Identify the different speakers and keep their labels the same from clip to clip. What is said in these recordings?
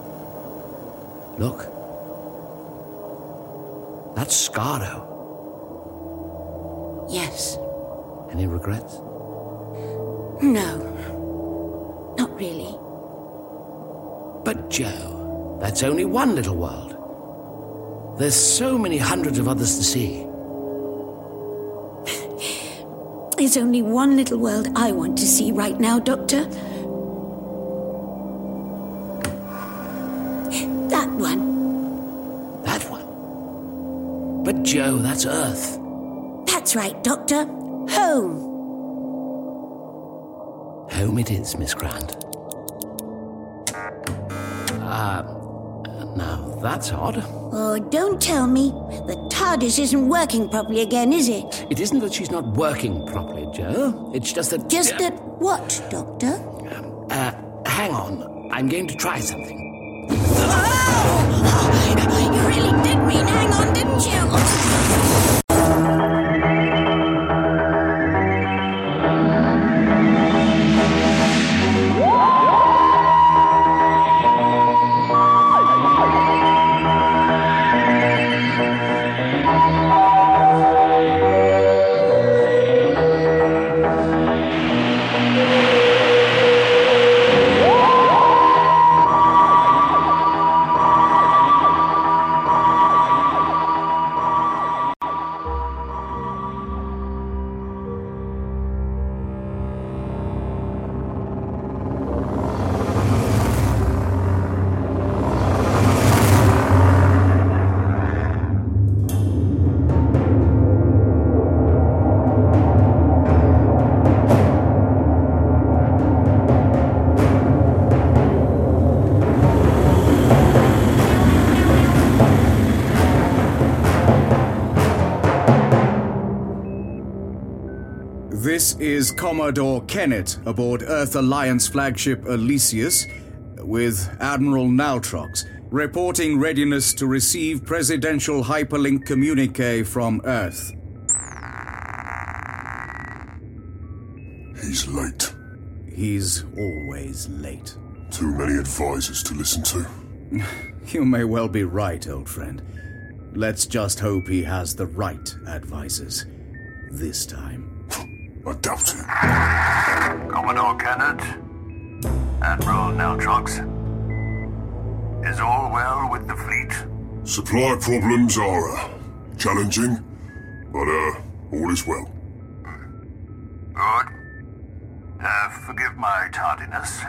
Speaker 1: Joe, look. That's Scardo.
Speaker 2: Yes.
Speaker 1: Any regrets?
Speaker 2: No. Not really.
Speaker 1: But Joe, that's only one little world. There's so many hundreds of others to see.
Speaker 2: There's only one little world I want to see right now, Doctor. That one.
Speaker 1: That one. But Joe, that's Earth.
Speaker 2: That's right, Doctor. Home.
Speaker 1: Home it is, Miss Grant. Ah, now that's odd.
Speaker 2: Oh, don't tell me. The TARDIS isn't working properly again, is it?
Speaker 1: It isn't that she's not working properly, Joe. It's just that.
Speaker 2: Just
Speaker 1: Uh,
Speaker 2: that what, Doctor?
Speaker 1: Uh, hang on. I'm going to try something.
Speaker 2: Oh! You really did mean hang on, didn't you?
Speaker 3: This is Commodore Kennett aboard Earth Alliance flagship Elysius with Admiral Naltrox, reporting readiness to receive presidential hyperlink communique from Earth.
Speaker 4: He's late.
Speaker 3: He's always late.
Speaker 4: Too many advisors to listen to.
Speaker 3: You may well be right, old friend. Let's just hope he has the right advisors. This time.
Speaker 4: I doubt it.
Speaker 5: Commodore Kennett, Admiral Neltrox. Is all well with the fleet?
Speaker 4: Supply problems are uh, challenging, but uh, all is well.
Speaker 5: Good. Uh, forgive my tardiness.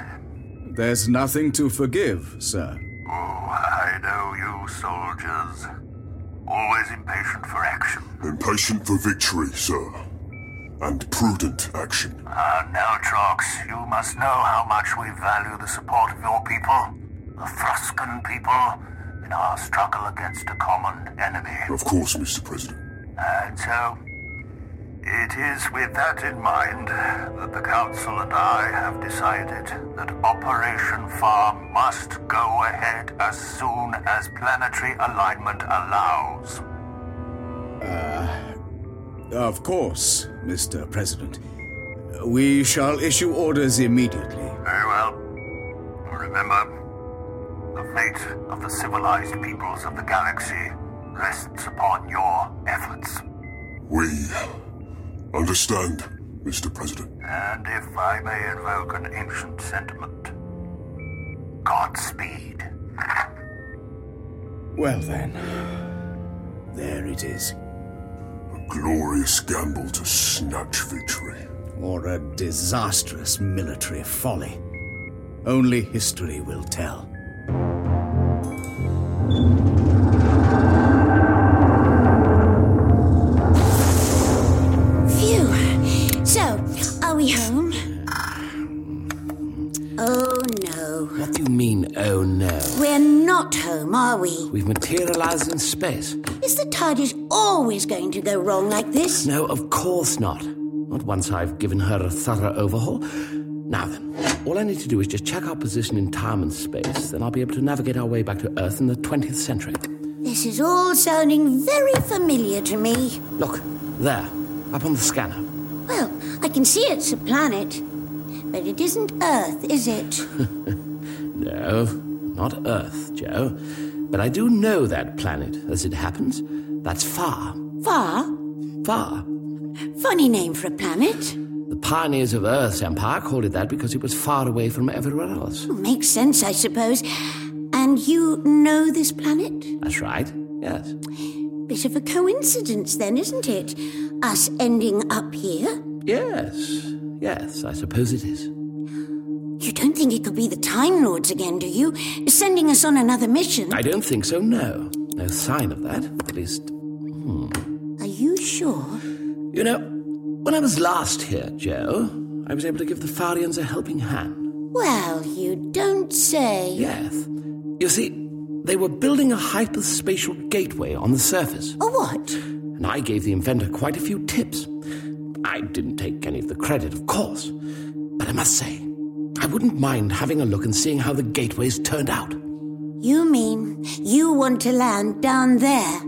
Speaker 3: There's nothing to forgive, sir.
Speaker 5: Oh, I know you soldiers. Always impatient for action.
Speaker 4: Impatient for victory, sir, and prudent action.
Speaker 5: Ah, Neltrox, you must know how much we value the support of your people, the Fruscan people, in our struggle against a common enemy.
Speaker 4: Of course, Mr. President.
Speaker 5: And so, it is with that in mind that the Council and I have decided that Operation Farm must go ahead as soon as planetary alignment allows.
Speaker 3: Of course, Mr. President. We shall issue orders immediately.
Speaker 5: Very well. Remember, the fate of the civilized peoples of the galaxy rests upon your efforts.
Speaker 4: We understand, Mr. President.
Speaker 5: And if I may invoke an ancient sentiment, Godspeed.
Speaker 3: Well then. There it is.
Speaker 4: A glorious gamble to snatch victory.
Speaker 3: Or a disastrous military folly. Only history will tell.
Speaker 2: Phew. So, are we home? Oh no.
Speaker 1: What do you mean, oh no?
Speaker 2: We're not home, are we?
Speaker 1: We've materialized in space.
Speaker 2: Is the TARDIS always going to go wrong like this?
Speaker 1: No, of course not. Not once I've given her a thorough overhaul. Now then, all I need to do is just check our position in time and space, then I'll be able to navigate our way back to Earth in the 20th century.
Speaker 2: This is all sounding very familiar to me.
Speaker 1: Look, there, up on the scanner.
Speaker 2: Well, I can see it's a planet, but it isn't Earth, is it?
Speaker 1: No, not Earth, Joe. But I do know that planet, as it happens. That's far,
Speaker 2: Far?
Speaker 1: far.
Speaker 2: Funny name for a planet.
Speaker 1: The pioneers of Earth's empire called it that because it was far away from everywhere else.
Speaker 2: Makes sense, I suppose. And you know this planet?
Speaker 1: That's right, yes.
Speaker 2: Bit of a coincidence, then, isn't it? Us ending up here?
Speaker 1: Yes, yes, I suppose it is.
Speaker 2: You don't think it could be the Time Lords again, do you? Sending us on another mission?
Speaker 1: I don't think so, no. No sign of that, at least.
Speaker 2: Are you sure?
Speaker 1: You know, when I was last here, Joe, I was able to give the Farians a helping hand.
Speaker 2: Well, you don't say.
Speaker 1: Yes. You see, they were building a hyperspatial gateway on the surface,
Speaker 2: Or what?
Speaker 1: and I gave the inventor quite a few tips. I didn't take any of the credit, of course, but I must say, I wouldn't mind having a look and seeing how the gateways turned out.
Speaker 2: You mean you want to land down there?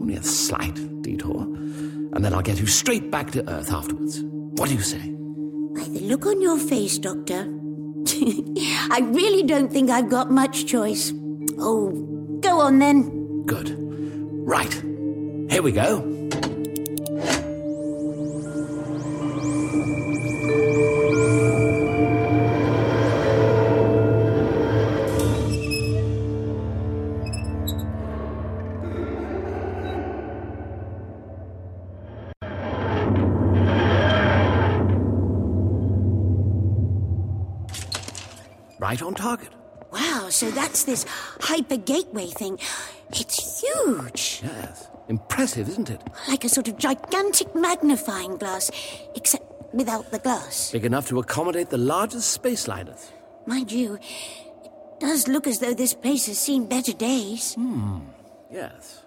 Speaker 1: Only a slight detour, and then I'll get you straight back to Earth afterwards. What do you say?
Speaker 2: By the look on your face, Doctor, I really don't think I've got much choice. Oh, go on then.
Speaker 1: Good. Right. Here we go. Right on target.
Speaker 2: Wow, so that's this hyper gateway thing. It's huge,
Speaker 1: Yes. Impressive, isn't it?
Speaker 2: like a sort of gigantic magnifying glass, except without the glass.
Speaker 1: Big enough to accommodate the largest space liners.
Speaker 2: Mind you, it does look as though this place has seen better days.
Speaker 1: Yes.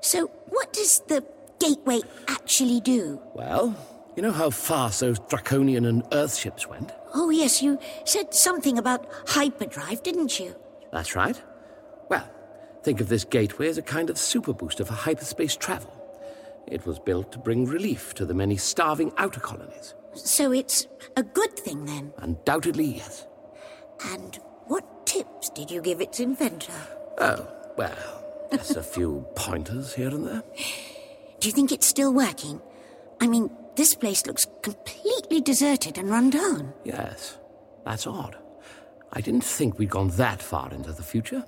Speaker 2: So, what does the gateway actually do?
Speaker 1: Well, you know how fast those draconian and Earth ships went?
Speaker 2: Oh, yes, you said something about hyperdrive, didn't you?
Speaker 1: That's right. Well, think of this gateway as a kind of super booster for hyperspace travel. It was built to bring relief to the many starving outer colonies.
Speaker 2: So it's a good thing then.
Speaker 1: Undoubtedly, yes.
Speaker 2: And what tips did you give its inventor?
Speaker 1: Oh, well, just a few pointers here and there.
Speaker 2: Do you think it's still working? I mean, this place looks completely deserted and run down.
Speaker 1: Yes, that's odd. I didn't think we'd gone that far into the future.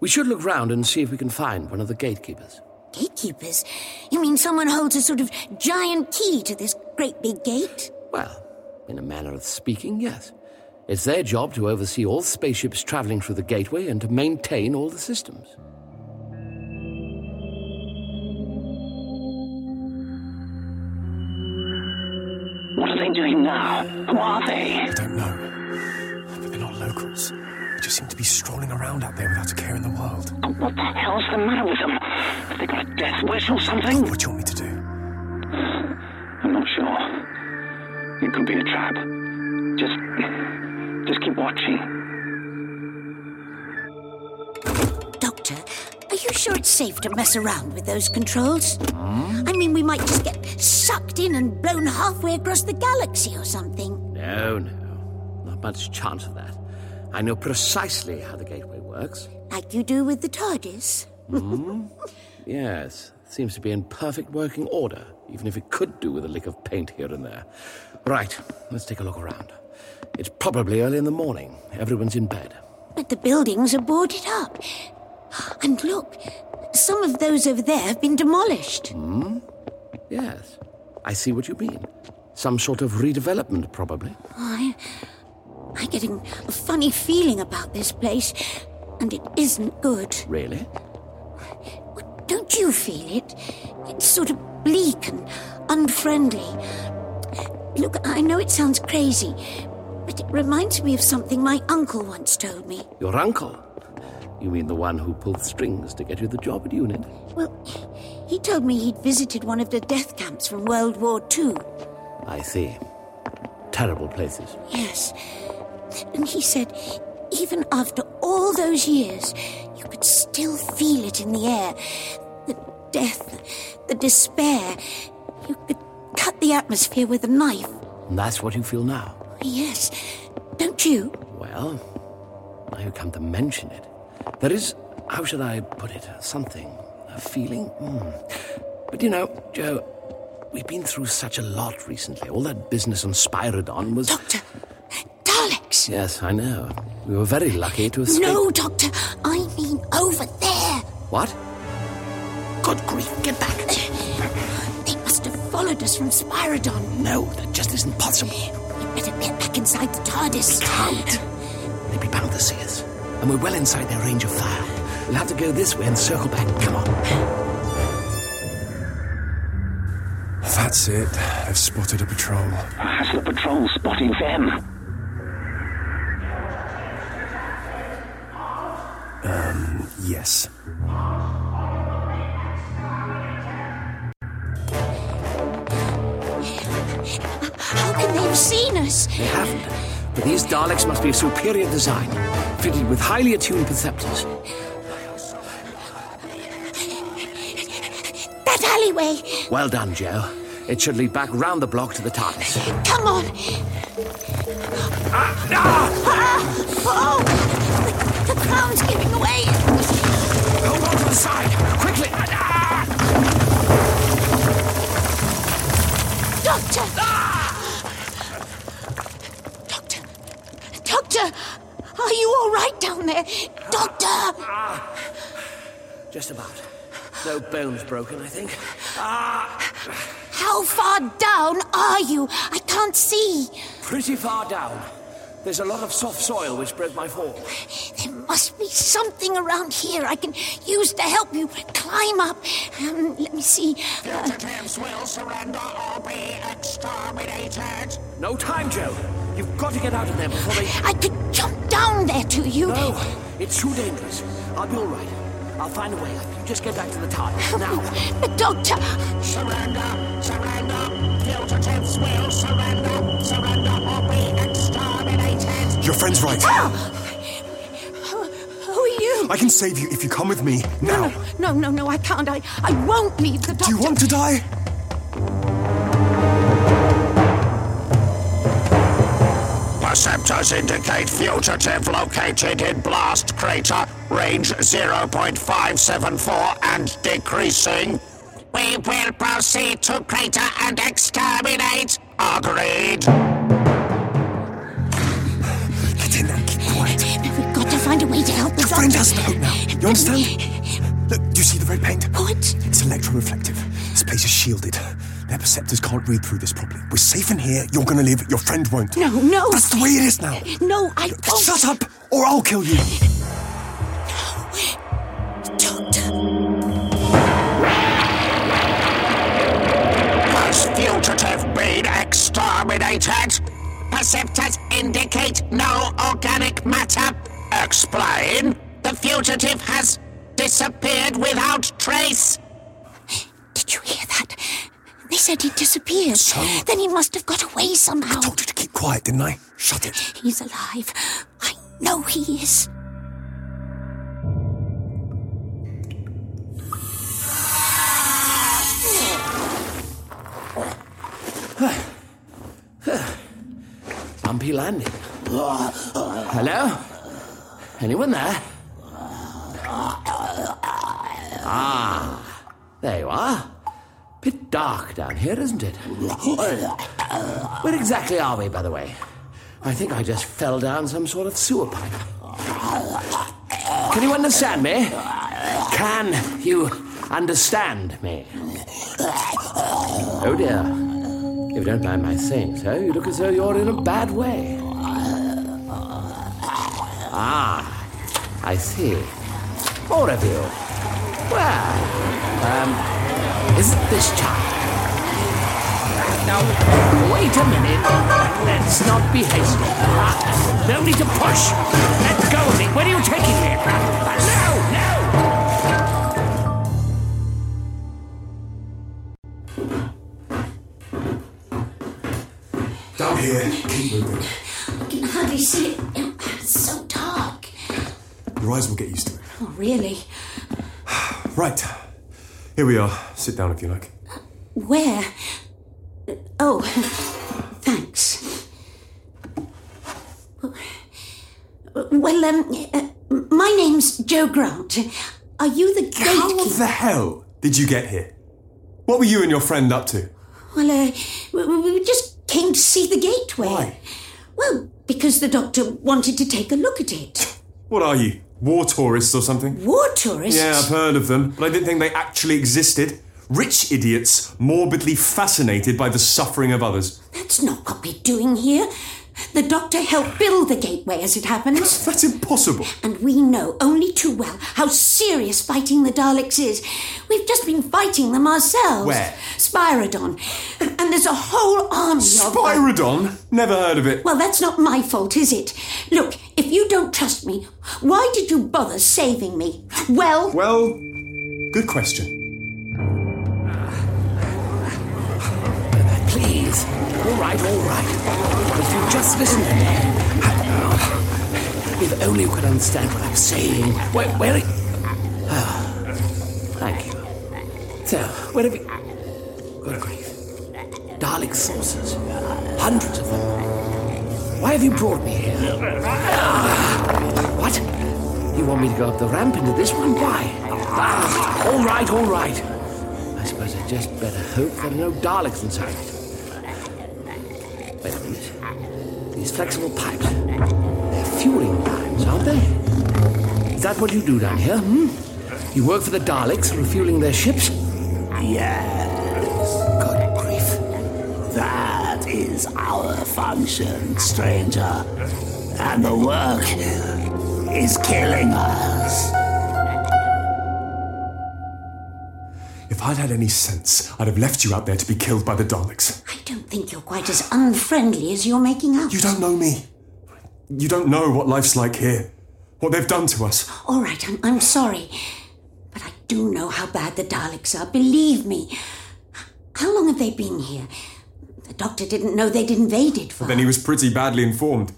Speaker 1: We should look round and see if we can find one of the gatekeepers.
Speaker 2: Gatekeepers? You mean someone holds a sort of giant key to this great big gate?
Speaker 1: Well, in a manner of speaking, yes. It's their job to oversee all spaceships traveling through the gateway and to maintain all the systems.
Speaker 6: What are they doing now? Who are they?
Speaker 7: I don't know. But they're not locals. They just seem to be strolling around out there without a care in the world.
Speaker 6: What the hell's the matter with them? Have they got a death wish or
Speaker 7: Oh,
Speaker 6: something?
Speaker 7: what do you want me to do?
Speaker 6: I'm not sure. It could be a trap. Just, just keep watching.
Speaker 2: Doctor, are you sure it's safe to mess around with those controls? I mean, we might just get sucked in and blown halfway across the galaxy or something.
Speaker 1: No, no. Not much chance of that. I know precisely how the gateway works.
Speaker 2: Like you do with the TARDIS.
Speaker 1: Yes, it seems to be in perfect working order, even if it could do with a lick of paint here and there. Right, let's take a look around. It's probably early in the morning. Everyone's in bed.
Speaker 2: But the buildings are boarded up. And look, some of those over there have been demolished.
Speaker 1: Hmm? Yes, I see what you mean. Some sort of redevelopment, probably.
Speaker 2: I, I'm getting a funny feeling about this place, and it isn't good.
Speaker 1: Really?
Speaker 2: Don't you feel it? It's sort of bleak and unfriendly. Look, I know it sounds crazy, but it reminds me of something my uncle once told me.
Speaker 1: Your uncle? You mean the one who pulled strings to get you the job at UNIT?
Speaker 2: Well, he told me he'd visited one of the death camps from World War II.
Speaker 1: I see. Terrible places.
Speaker 2: Yes. And he said, even after all those years, you could still feel it in the air. The death, the despair. You could cut the atmosphere with a knife.
Speaker 1: And that's what you feel now.
Speaker 2: Yes. Don't you?
Speaker 1: Well, I who come to mention it. There is, how should I put it, something, a feeling. Hmm. But you know, Joe, we've been through such a lot recently. All that business on Spyridon was.
Speaker 2: Doctor! Daleks!
Speaker 1: Yes, I know. We were very lucky to escape.
Speaker 2: No, Doctor! I mean over there!
Speaker 1: What? Good grief, get back!
Speaker 2: They must have followed us from Spyridon.
Speaker 1: No, that just isn't possible.
Speaker 2: We'd better get back inside the TARDIS.
Speaker 1: can't. They'd be bound to see us. And we're well inside their range of fire. We'll have to go this way and circle back. Come on.
Speaker 7: That's it. They've spotted a patrol.
Speaker 6: Has the patrol spotting them?
Speaker 7: Um, Yes.
Speaker 2: How can they have seen us?
Speaker 1: They haven't. But these Daleks must be a superior design, fitted with highly attuned perceptors.
Speaker 2: That alleyway!
Speaker 1: Well done, Joe. It should lead back round the block to the TARDIS.
Speaker 2: Come on! Ah, oh! The, the crown's giving away!
Speaker 1: Hold on to the side, quickly! Ah!
Speaker 2: Doctor! Doctor! Doctor! Are you all right down there? Doctor!
Speaker 1: Just about. No bones broken, I think.
Speaker 2: How far down are you? I can't see.
Speaker 1: Pretty far down. There's a lot of soft soil which broke my fall.
Speaker 2: There must be something around here I can use to help you climb up. Um, let me see. Uh,
Speaker 1: No time, Joe. You've got to get out of there before they.
Speaker 2: I could jump down there to you.
Speaker 1: No, it's too dangerous. I'll be all right. I'll find a way. You just get back to the TARDIS now.
Speaker 2: But Doctor,
Speaker 7: Your friend's right.
Speaker 2: Ah! who are Oh, you?
Speaker 7: I can save you if you come with me now.
Speaker 2: No, no, no, I can't. I, I won't leave the
Speaker 7: Do
Speaker 2: doctor.
Speaker 7: you want to die?
Speaker 8: Perceptors indicate fugitive located in blast crater, range 0.574 and decreasing. We will proceed to crater and exterminate. Agreed.
Speaker 7: Get in there. Keep quiet.
Speaker 2: We've got to find a way to help the
Speaker 7: Your
Speaker 2: doctor.
Speaker 7: friend has the hope now. You understand? Look, do you see the red paint?
Speaker 2: What?
Speaker 7: It's electroreflective. This place is shielded. Their perceptors can't read through this properly. We're safe in here. You're gonna live. Your friend won't.
Speaker 2: No, no.
Speaker 7: That's the way it is now.
Speaker 2: No, I won't.
Speaker 7: Shut up, or I'll kill you.
Speaker 2: Doctor,
Speaker 8: Has fugitive been exterminated? Perceptors indicate no organic matter. Explain. The fugitive has disappeared without trace.
Speaker 2: did you hear that? They said he disappeared. Then he must have got away somehow.
Speaker 7: Told you to keep quiet, didn't I? Shut it.
Speaker 2: He's alive. I know he is.
Speaker 1: Bumpy landing. Hello? Anyone there? Ah, there you are. Bit dark down here, isn't it? Where exactly are we, by the way? I think I just fell down some sort of sewer pipe. Can you understand me? Can you understand me? Oh dear. If you don't mind my saying so, you look as though you're in a bad way. Ah, I see. Four of you. Well, um, isn't this child? Now, wait a minute. Let's not be hasty. Ah, no need to push. Let go of me. Where are you taking me? Ah, No, no.
Speaker 7: Down here. Keep moving.
Speaker 2: I can hardly see it. It's so dark.
Speaker 7: Your eyes will get used to it.
Speaker 2: Oh, really?
Speaker 7: Right. Here we are. Sit down if you like.
Speaker 2: Where? Oh, thanks. Well, um, uh, my name's Joe Grant. Are you the
Speaker 7: How
Speaker 2: gatekeeper?
Speaker 7: the hell did you get here? What were you and your friend up to?
Speaker 2: Well, uh, we- we, we just came to see the gateway.
Speaker 7: Why?
Speaker 2: Well, because the doctor wanted to take a look at it.
Speaker 7: What are you? War tourists or something?
Speaker 2: War tourists.
Speaker 7: Yeah, I've heard of them, but I didn't think they actually existed. Rich idiots, morbidly fascinated by the suffering of others.
Speaker 2: That's not what we're doing here. The doctor helped build the gateway, as it happens.
Speaker 7: That's impossible.
Speaker 2: And we know only too well how serious fighting the Daleks is. We've just been fighting them ourselves.
Speaker 7: Where?
Speaker 2: Spyridon. And there's a whole army of them.
Speaker 7: Spyridon? Never heard of it.
Speaker 2: Well, that's not my fault, is it? Look, if you don't trust me, why did you bother saving me? Well,
Speaker 7: Well, good question.
Speaker 1: Please. All right, all right. If you just listen to me. If only you could understand what I'm saying. Where, where are Ah, thank you. So, where have you... Good grief. Dalek saucers. Hundreds of them. Why have you brought me here? Ah, what? You want me to go up the ramp into this one? Why? Ah, all right, all right. I suppose I just better hope there are no Daleks inside it. Wait a minute. These flexible pipes. They're fueling lines, aren't they? Is that what you do down here, hmm? You work for the Daleks, refueling their ships?
Speaker 6: Yes,
Speaker 1: Good grief.
Speaker 6: that is our function, stranger. And the work is killing us.
Speaker 7: If I'd had any sense, I'd have left you out there to be killed by the Daleks.
Speaker 2: I don't think you're quite as unfriendly as you're making out.
Speaker 7: You don't know me. You don't know what life's like here. What they've done to us.
Speaker 2: All right, I'm, I'm sorry. But I do know how bad the Daleks are, believe me. How long have they been here? The doctor didn't know they'd invaded for
Speaker 7: Then he was pretty badly informed.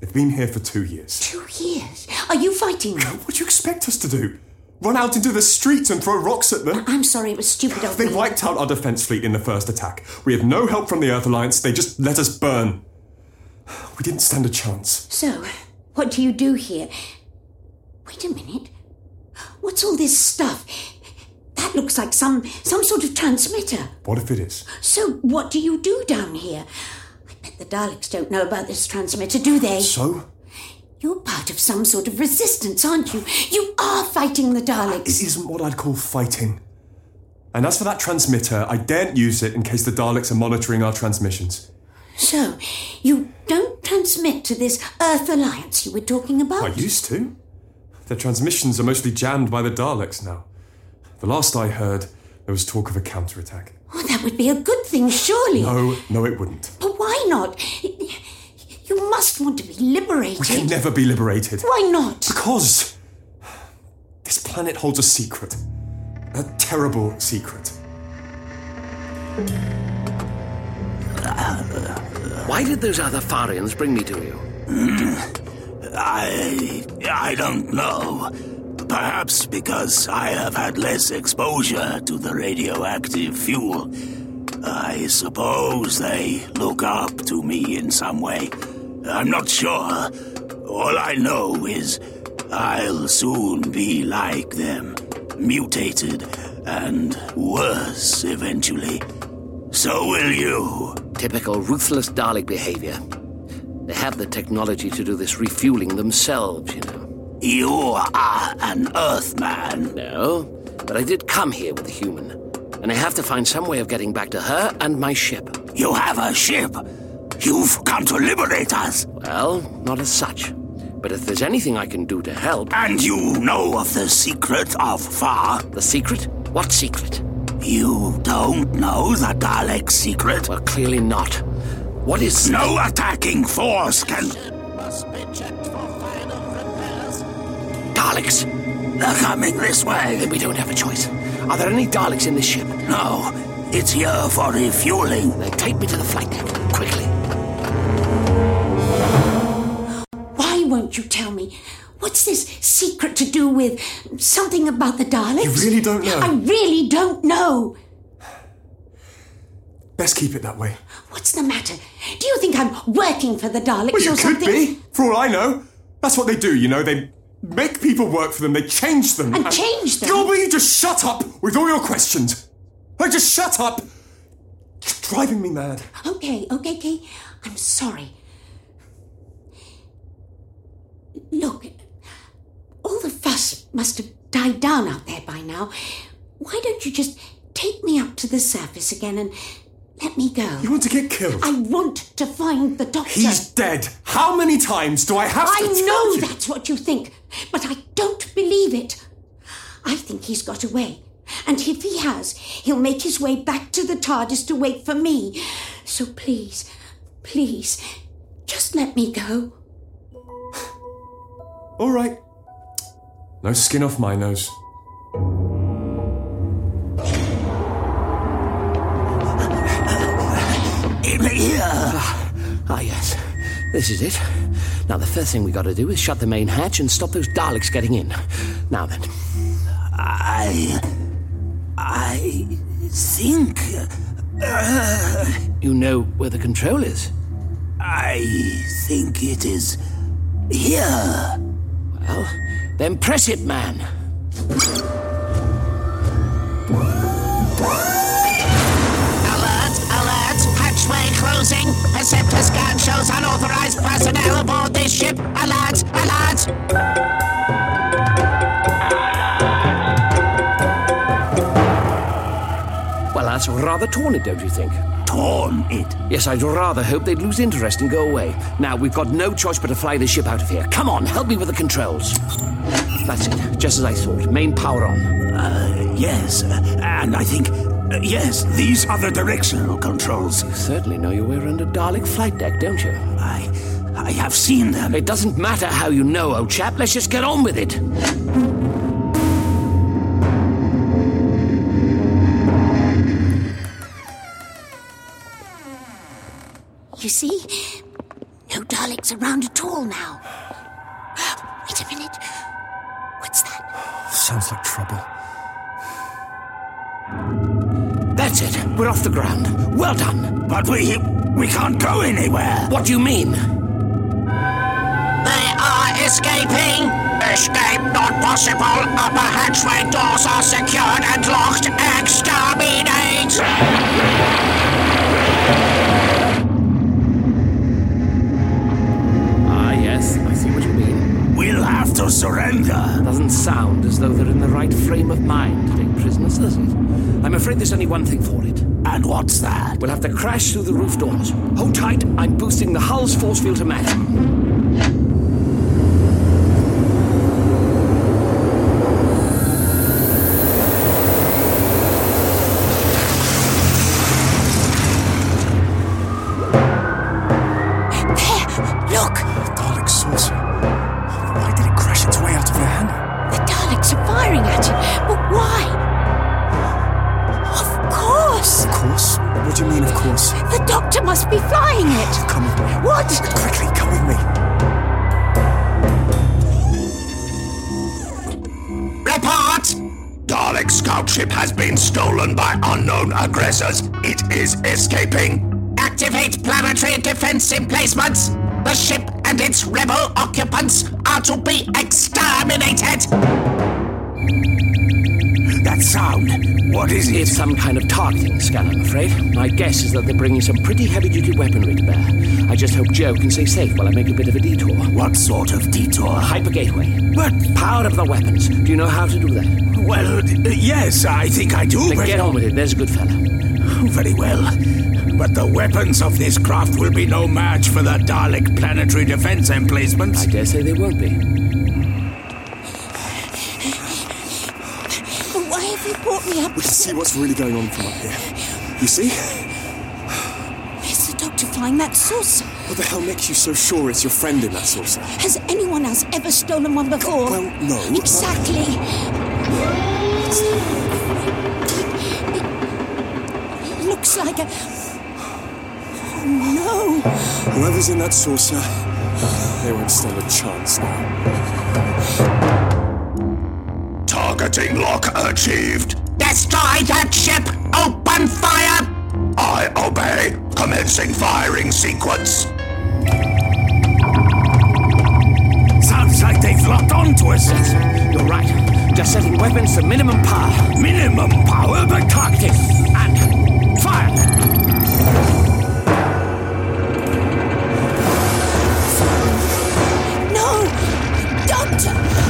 Speaker 7: They've been here for two years.
Speaker 2: two years. Are you fighting them?
Speaker 7: What do you expect us to do? Run out into the streets and throw rocks at them?
Speaker 2: I'm sorry, it was stupid of
Speaker 7: They
Speaker 2: me.
Speaker 7: wiped out our defense fleet in the first attack. We had no help from the Earth Alliance, they just let us burn. We didn't stand a chance.
Speaker 2: So, what do you do here? Wait a minute. What's all this stuff? That looks like some some sort of transmitter.
Speaker 7: What if it is?
Speaker 2: So, what do you do down here? I bet the Daleks don't know about this transmitter, do they?
Speaker 7: So?
Speaker 2: You're part of some sort of resistance, aren't you? You are fighting the Daleks.
Speaker 7: Uh, It isn't what I'd call fighting. And as for that transmitter, I daren't use it in case the Daleks are monitoring our transmissions.
Speaker 2: So, you don't transmit to this Earth Alliance you were talking about?
Speaker 7: I used to. Their transmissions are mostly jammed by the Daleks now. The last I heard, there was talk of a counterattack.
Speaker 2: Oh, that would be a good thing, surely.
Speaker 7: No, no, it wouldn't.
Speaker 2: But why not? You must want to be liberated.
Speaker 7: We can never be liberated.
Speaker 2: Why not?
Speaker 7: Because this planet holds a secret. A terrible secret.
Speaker 1: Why did those other Farians bring me to you?
Speaker 6: I. I don't know. Perhaps because I have had less exposure to the radioactive fuel. I suppose they look up to me in some way. I'm not sure. All I know is I'll soon be like them, mutated, and worse eventually. So will you.
Speaker 1: Typical ruthless Dalek behavior. They have the technology to do this refueling themselves, you know.
Speaker 6: You are an Earthman.
Speaker 1: No, but I did come here with a human, and I have to find some way of getting back to her and my ship.
Speaker 6: You have a ship. You've come to liberate us,
Speaker 1: Well, not as such. But if there's anything I can do to help,
Speaker 6: and you know of the secret of Far.
Speaker 1: the secret? What secret?
Speaker 6: You don't know the Dalek secret.
Speaker 1: Well, clearly not. What is.
Speaker 6: No attacking force can.
Speaker 1: Daleks!
Speaker 6: They're coming this way.
Speaker 1: Then we don't have a choice. Are there any Daleks in this ship?
Speaker 6: No, it's here for refueling.
Speaker 1: Then take me to the flight deck, quickly.
Speaker 2: Why won't you tell me? What's this secret to do with something about the Daleks?
Speaker 7: You really don't know.
Speaker 2: I really don't know.
Speaker 7: Best keep it that way.
Speaker 2: What's the matter? Do you think I'm working for the Daleks
Speaker 7: Well, you
Speaker 2: or
Speaker 7: could
Speaker 2: something?
Speaker 7: be, for all I know. That's what they do, you know? They make people work for them, they change them.
Speaker 2: And change them?
Speaker 7: Gilbert, you just shut up with all your questions. Like, just shut up. It's driving me mad.
Speaker 2: Okay, okay, Kay. I'm sorry. Look, all the fuss must have died down out there by now. Why don't you just take me up to the surface again and let me go?
Speaker 7: You want to get killed?
Speaker 2: I want to find the doctor.
Speaker 7: He's dead. How many times do I have
Speaker 2: I
Speaker 7: to tell
Speaker 2: know
Speaker 7: you?
Speaker 2: that's what you think, but I don't believe it. I think he's got away. And if he has, he'll make his way back to the TARDIS to wait for me. So please, please, just let me go.
Speaker 7: All right. No skin off my nose.
Speaker 3: In here!
Speaker 1: Ah, yes. This is it. Now, the first thing we gotta do is shut the main hatch and stop those Daleks getting in. Now then.
Speaker 3: I. I think uh,
Speaker 1: You know where the control is?
Speaker 3: I think it is here.
Speaker 1: Well, then press it, man.
Speaker 8: Alert, alert, hatchway closing. Perceptor scan shows unauthorized personnel aboard this ship. Alert, alert.
Speaker 1: Well, that's rather taunted, don't you think?
Speaker 3: Torn it.
Speaker 1: Yes, I'd rather hope they'd lose interest and go away. Now, we've got no choice but to fly this ship out of here. Come on, help me with the controls. That's it, just as I thought. Main power on.
Speaker 3: Yes, uh, and I think. uh, yes, these are the directional controls.
Speaker 1: You certainly know your way around a Dalek flight deck, don't you?
Speaker 3: I. I have seen them.
Speaker 1: It doesn't matter how you know, old chap. Let's just get on with it.
Speaker 2: You see? No Daleks around at all now. Wait a minute. What's that?
Speaker 7: Sounds like trouble.
Speaker 1: That's it. We're off the ground. Well done.
Speaker 3: But we. we can't go anywhere.
Speaker 1: What do you mean?
Speaker 8: They are escaping. Escape not possible. Upper hatchway doors are secured and locked. Exterminate.
Speaker 1: Ah, yes, I see what you mean.
Speaker 3: We'll have to surrender.
Speaker 1: Doesn't sound as though they're in the right frame of mind to take prisoners, does it? I'm afraid there's only one thing for it.
Speaker 3: And what's that?
Speaker 1: We'll have to crash through the roof doors. Hold tight, I'm boosting the hull's force field to max.
Speaker 2: There! Look!
Speaker 7: Dalek saucer. Why did it crash its way out of your hand?
Speaker 2: The Daleks are firing at it. But why? Of course!
Speaker 7: Of course. What do you mean, of course?
Speaker 2: The doctor must be flying it!
Speaker 7: Come with me.
Speaker 2: What?
Speaker 7: Quickly, come with me.
Speaker 8: Report. Dalek scout ship has been stolen by unknown aggressors. It is escaping. Activate planetary defense emplacements. The ship and its rebel occupants are to be exterminated.
Speaker 3: That sound. What is it?
Speaker 1: It's some kind of targeting scan, I'm afraid. My guess is that they're bringing some pretty heavy duty weaponry to bear. I just hope Joe can stay safe while I make a bit of a detour.
Speaker 3: What sort of detour?
Speaker 1: Hyper gateway.
Speaker 3: But.
Speaker 1: Power of the weapons. Do you know how to do that?
Speaker 3: Well, uh, yes, I think I do.
Speaker 1: Then
Speaker 3: but-
Speaker 1: get on with it, there's a good fella.
Speaker 3: Very well. But the weapons of this craft will be no match for the Dalek planetary defense
Speaker 1: I
Speaker 3: emplacements.
Speaker 1: dare say they won't be.
Speaker 2: But why have you brought me up?
Speaker 7: We can see what's really going on from up here. You see?
Speaker 2: Where's the doctor flying that saucer?
Speaker 7: What the hell makes you so sure it's your friend in that saucer?
Speaker 2: Has anyone else ever stolen one before?
Speaker 7: Well, no.
Speaker 2: Exactly. It looks like a. Oh no!
Speaker 7: Whoever's in that saucer, they won't stand a chance now.
Speaker 8: Targeting lock achieved. Destroy that Oh, ship! Open fire! I obey. Commencing firing sequence.
Speaker 3: Silence!
Speaker 6: It's like they've locked onto us.
Speaker 1: You're right. Just setting weapons to minimum power.
Speaker 6: Minimum power, but targeted. And fire!
Speaker 2: No! Don't!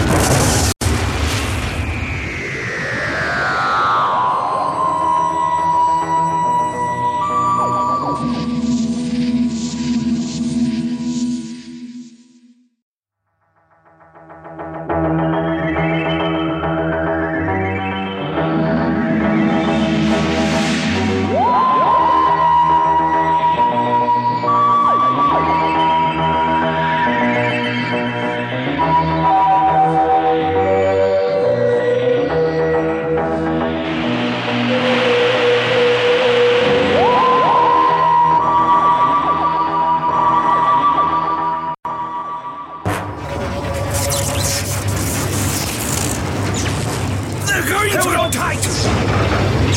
Speaker 6: They're going to go tight!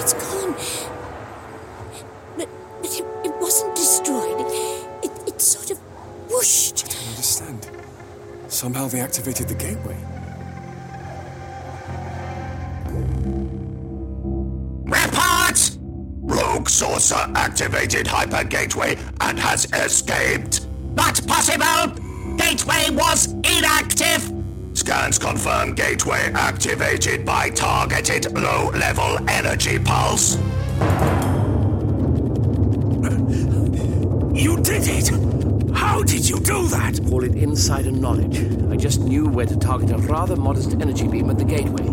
Speaker 2: It's gone. But, but it, it wasn't destroyed. It, it, it sort of whooshed.
Speaker 7: Understand? Somehow they activated the gateway.
Speaker 5: Report! Rogue sorcerer activated hyper gateway and has escaped. Not possible! Gateway was inactive! Scans confirm gateway activated by targeted low level energy pulse.
Speaker 6: You did it! How did you do that?
Speaker 1: Call it insider knowledge. I just knew where to target a rather modest energy beam at the gateway.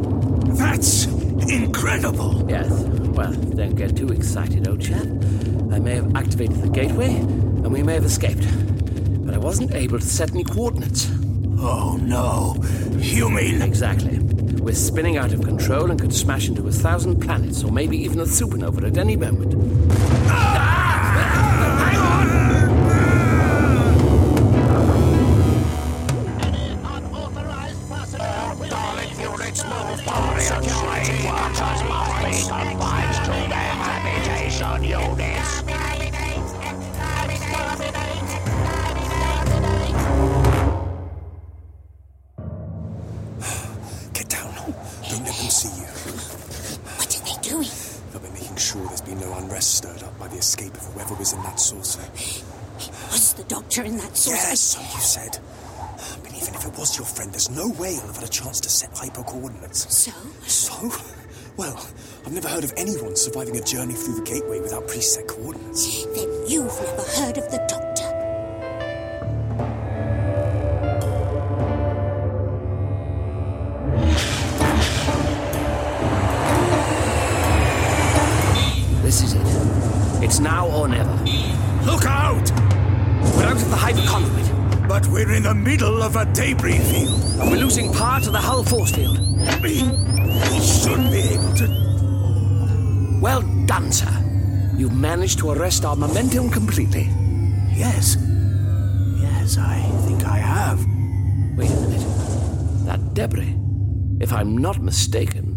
Speaker 6: That's incredible!
Speaker 1: Yes. Well, don't get too excited, old chap. I may have activated the gateway, and we may have escaped. But I wasn't able to set any coordinates.
Speaker 6: Oh no. You mean
Speaker 1: Exactly. We're spinning out of control and could smash into a thousand planets, or maybe even a supernova at any moment.
Speaker 7: Get down. Don't let them see you.
Speaker 2: What are they doing?
Speaker 7: They'll be making sure there's been no unrest stirred up by the escape of whoever was in that saucer.
Speaker 2: Was the doctor in that sort
Speaker 7: Yes, you said. But even if it was your friend, there's no way I'll have had a chance to set hyper coordinates.
Speaker 2: So?
Speaker 7: So? Well, I've never heard of anyone surviving a journey through the gateway without preset coordinates.
Speaker 2: Then you've never heard of the doctor.
Speaker 1: This is it. It's now or never.
Speaker 6: Look out!
Speaker 1: We're out of the hyper conduit,
Speaker 6: But we're in the middle of a debris field.
Speaker 1: and we're losing power to the hull force field.
Speaker 6: We we should be able to.
Speaker 1: Well done, sir. You've managed to arrest our momentum completely.
Speaker 6: Yes. Yes, I think I have.
Speaker 1: Wait a minute. That debris, if I'm not mistaken.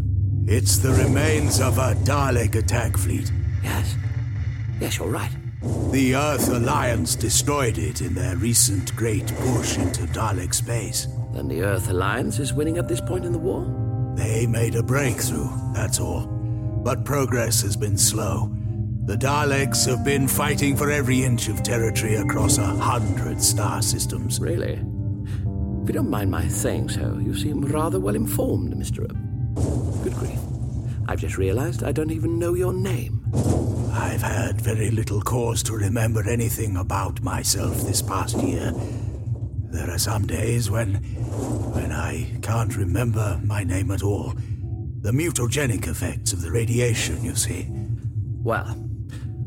Speaker 6: It's the remains of a Dalek attack fleet.
Speaker 1: Yes. Yes, you're right.
Speaker 6: The Earth Alliance destroyed it in their recent great push into Dalek space.
Speaker 1: Then the Earth Alliance is winning at this point in the war?
Speaker 6: They made a breakthrough, that's all. But progress has been slow. The Daleks have been fighting for every inch of territory across a hundred star systems.
Speaker 1: Really? If you don't mind my saying so, you seem rather well informed, Mr. Up. Good grief. I've just realized I don't even know your name.
Speaker 6: I've had very little cause to remember anything about myself this past year. There are some days when. when I can't remember my name at all. The mutagenic effects of the radiation, you see.
Speaker 1: Well,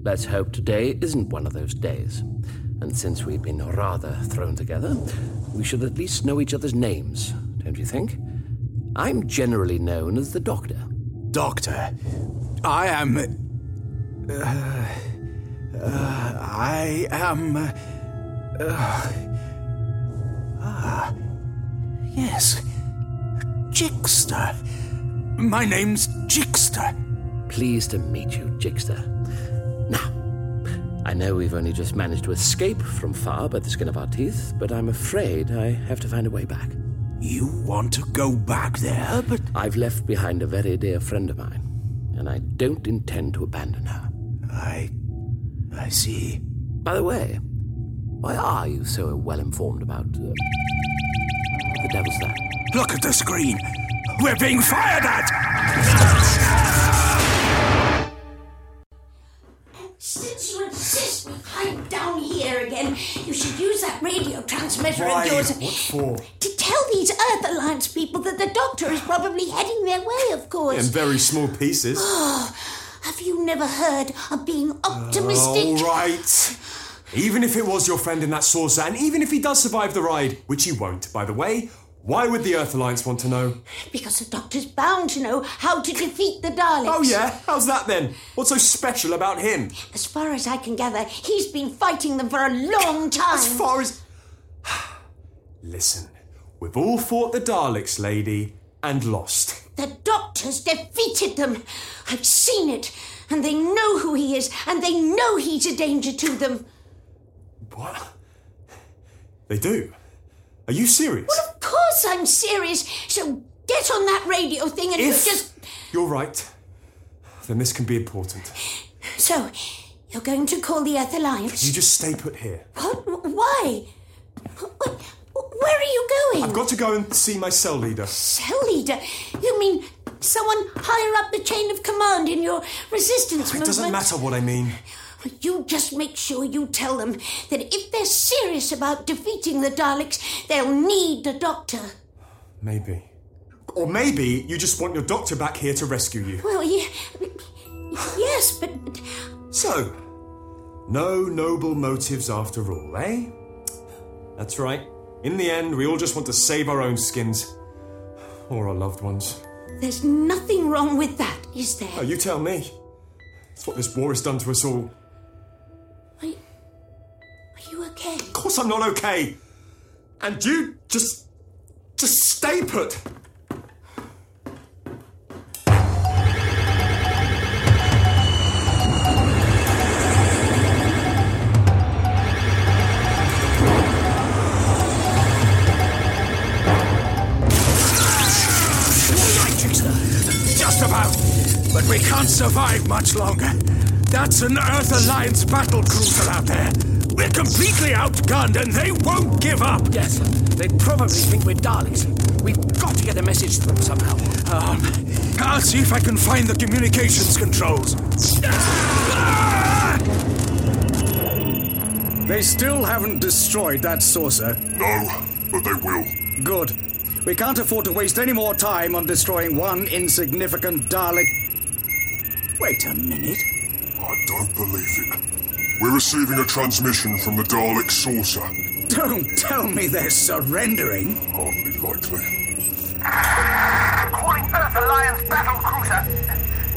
Speaker 1: let's hope today isn't one of those days. And since we've been rather thrown together, we should at least know each other's names, don't you think? I'm generally known as the Doctor.
Speaker 6: Doctor, I am. uh, uh, I am. uh, ah, yes, Jixter. My name's Jixter.
Speaker 1: Pleased to meet you, Jixter. Now, I know we've only just managed to escape from far by the skin of our teeth, but I'm afraid I have to find a way back.
Speaker 6: You want to go back there, but.
Speaker 1: I've left behind a very dear friend of mine, and I don't intend to abandon her.
Speaker 6: I. I see.
Speaker 1: By the way, why are you so well informed about. Uh, the devil's that?
Speaker 6: Look at the screen! We're being fired at!
Speaker 2: Since you insist we hide down here again, you should use that radio transmitter
Speaker 7: Why?
Speaker 2: of yours
Speaker 7: What for?
Speaker 2: to tell these Earth Alliance people that the Doctor is probably heading their way, of
Speaker 7: In
Speaker 2: course.
Speaker 7: very small pieces.
Speaker 2: Oh, have you never heard of being
Speaker 7: Uh, All
Speaker 2: optimistic?
Speaker 7: right. Even if it was your friend in that saucer, and even if he does survive the ride, which he won't, by the way, why would the Earth Alliance want to know?
Speaker 2: Because the Doctor's bound to know how to defeat the Daleks.
Speaker 7: Oh, yeah? How's that then? What's so special about him?
Speaker 2: As far as I can gather, he's been fighting them for a long time. As
Speaker 7: far as. Listen, we've all fought the Daleks, lady, and lost.
Speaker 2: The doctor's defeated them. I've seen it. And they know who he is, and they know he's a danger to them.
Speaker 7: What? They do. Are you serious?
Speaker 2: Of course I'm serious, so get on that radio thing and
Speaker 7: If-
Speaker 2: just.
Speaker 7: You're right. Then this can be important.
Speaker 2: So, you're going to call the Earth Alliance?
Speaker 7: You just stay put here.
Speaker 2: What? Why? Wh- Where are you going?
Speaker 7: I've got to go and see my cell leader.
Speaker 2: Cell leader? You mean someone higher up the chain of command in your resistance
Speaker 7: It
Speaker 2: movement?
Speaker 7: doesn't matter what I mean.
Speaker 2: You just make sure you tell them that if they're serious about defeating the Daleks, they'll need the Doctor.
Speaker 7: Maybe. Or maybe you just want your doctor back here to rescue you.
Speaker 2: Well, yeah, yes, but
Speaker 7: So, no noble motives after all, eh? That's right. In the end, we all just want to save our own skins. Or our loved ones.
Speaker 2: there's nothing wrong with that, is
Speaker 7: Oh,
Speaker 2: there?
Speaker 7: you tell me. It's what this war has done to us all.
Speaker 2: Are you okay?
Speaker 7: Of course I'm not okay. And you just. just stay put.
Speaker 6: Just about. But we can't survive much longer. That's an Earth Alliance battle cruiser out there. We're completely outgunned and they won't give up.
Speaker 9: Yes, they probably think we're Daleks. We've got to get a message to them somehow.
Speaker 6: Um, I'll see if I can find the communications controls.
Speaker 3: They still haven't destroyed that saucer.
Speaker 4: No, but they will.
Speaker 3: Good. We can't afford to waste any more time on destroying one insignificant Dalek. Wait a minute.
Speaker 4: I don't believe it. We're receiving a transmission from the Dalek saucer.
Speaker 3: Don't tell me they're surrendering.
Speaker 4: Hardly likely.
Speaker 10: Calling Earth Alliance battle cruiser.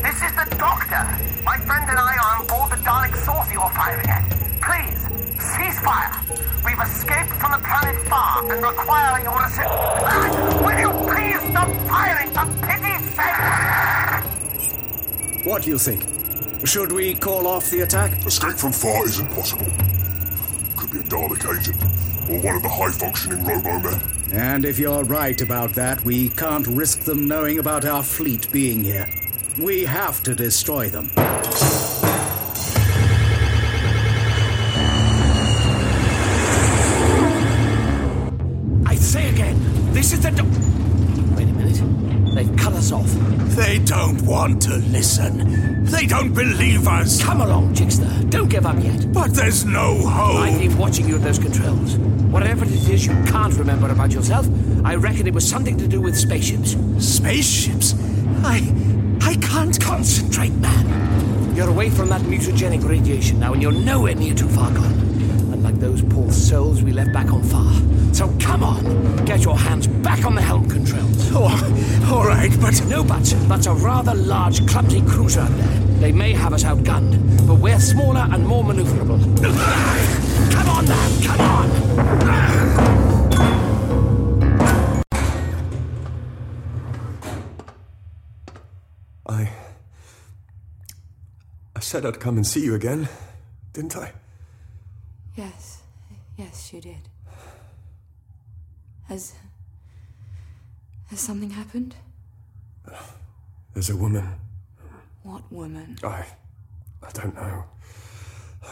Speaker 10: This is the Doctor. My friend and I are on board the Dalek source you're firing at. Please, ceasefire. We've escaped from the planet far and require your assistance. Will you please stop firing for pity's sake?
Speaker 3: What do you think? Should we call off the attack?
Speaker 4: Escape from far is impossible. Could be a Dalek agent, or one of the high functioning Robomen.
Speaker 3: And if you're right about that, we can't risk them knowing about our fleet being here. We have to destroy them.
Speaker 9: I say again, this is the. Do- Wait a minute. They've cut us off.
Speaker 6: They don't want to listen. They don't believe us.
Speaker 9: Come along, Jixter. Don't give up yet.
Speaker 6: But there's no hope.
Speaker 9: I've been watching you at those controls. Whatever it is you can't remember about yourself, I reckon it was something to do with spaceships.
Speaker 6: Spaceships? I. I can't
Speaker 9: concentrate, man. You're away from that mutagenic radiation now, and you're nowhere near too far gone. Unlike those poor souls we left back on far. So come on, get your hands back on the helm controls.
Speaker 6: Oh, all right, but.
Speaker 9: No buts. That's a rather large, clumsy cruiser up there. They may have us outgunned, but we're smaller and more maneuverable. come on, man, come on!
Speaker 7: I. I said I'd come and see you again, didn't I?
Speaker 11: Yes, yes, she did. Has. has something happened?
Speaker 7: There's a woman.
Speaker 11: What woman?
Speaker 7: I. I don't know.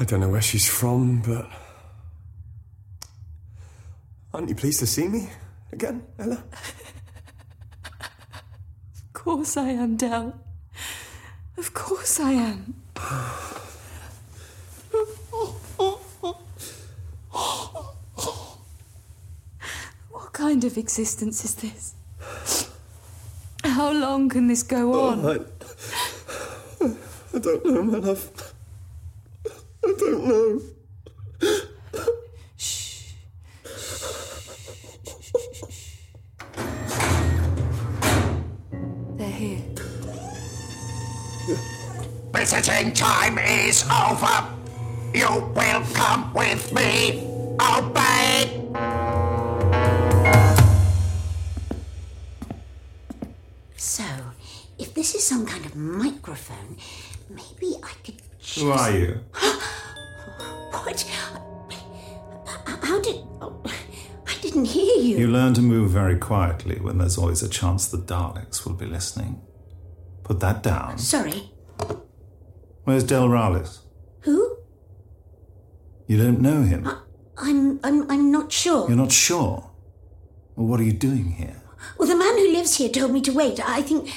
Speaker 7: I don't know where she's from, but. Aren't you pleased to see me again, Ella?
Speaker 11: Of course I am, Dell. Of course I am. What kind of existence is this? How long can this go
Speaker 8: Oh,
Speaker 11: on?
Speaker 8: uh,
Speaker 7: I, I don't know, my love. I don't know.
Speaker 11: They're here.
Speaker 5: Visiting time is over. You will come with me. Obey.
Speaker 2: So, if this is some kind of microphone, maybe I could.
Speaker 12: Who are you?
Speaker 2: What? H- How did. Oh, I didn't hear you.
Speaker 12: You learn to move very quietly when there's always a chance the Daleks will be listening. Put that down.
Speaker 2: Sorry.
Speaker 12: Where's Del Rallis?
Speaker 2: Who?
Speaker 12: You don't know him.
Speaker 2: I'm. I'm. I'm not sure.
Speaker 12: You're not sure. Well, what are you doing here?
Speaker 2: Well, the man who lives here told me to wait. I think.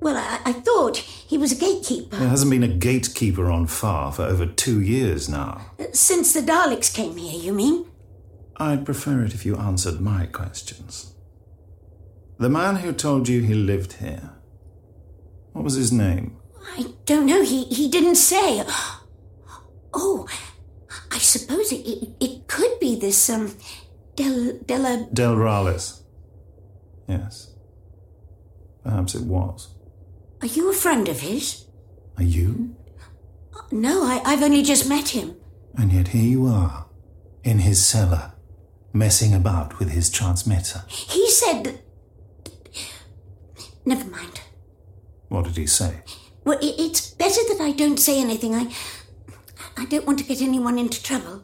Speaker 2: Well, I, I thought he was a gatekeeper.
Speaker 12: There hasn't been a gatekeeper on Far for over two years now.
Speaker 2: Since the Daleks came here, you mean?
Speaker 12: I'd prefer it if you answered my questions. The man who told you he lived here. What was his name?
Speaker 2: I don't know. He he didn't say. Oh, I suppose it it, it could be this um, Del Della.
Speaker 12: Del Rallis. Yes. Perhaps it was.
Speaker 2: Are you a friend of his?
Speaker 12: Are you?
Speaker 2: No, I I've only just met him.
Speaker 12: And yet here you are, in his cellar, messing about with his transmitter.
Speaker 2: He said. that- Never mind.
Speaker 12: What did he say?
Speaker 2: Well, it, it's better that I don't say anything. I I don't want to get anyone into trouble.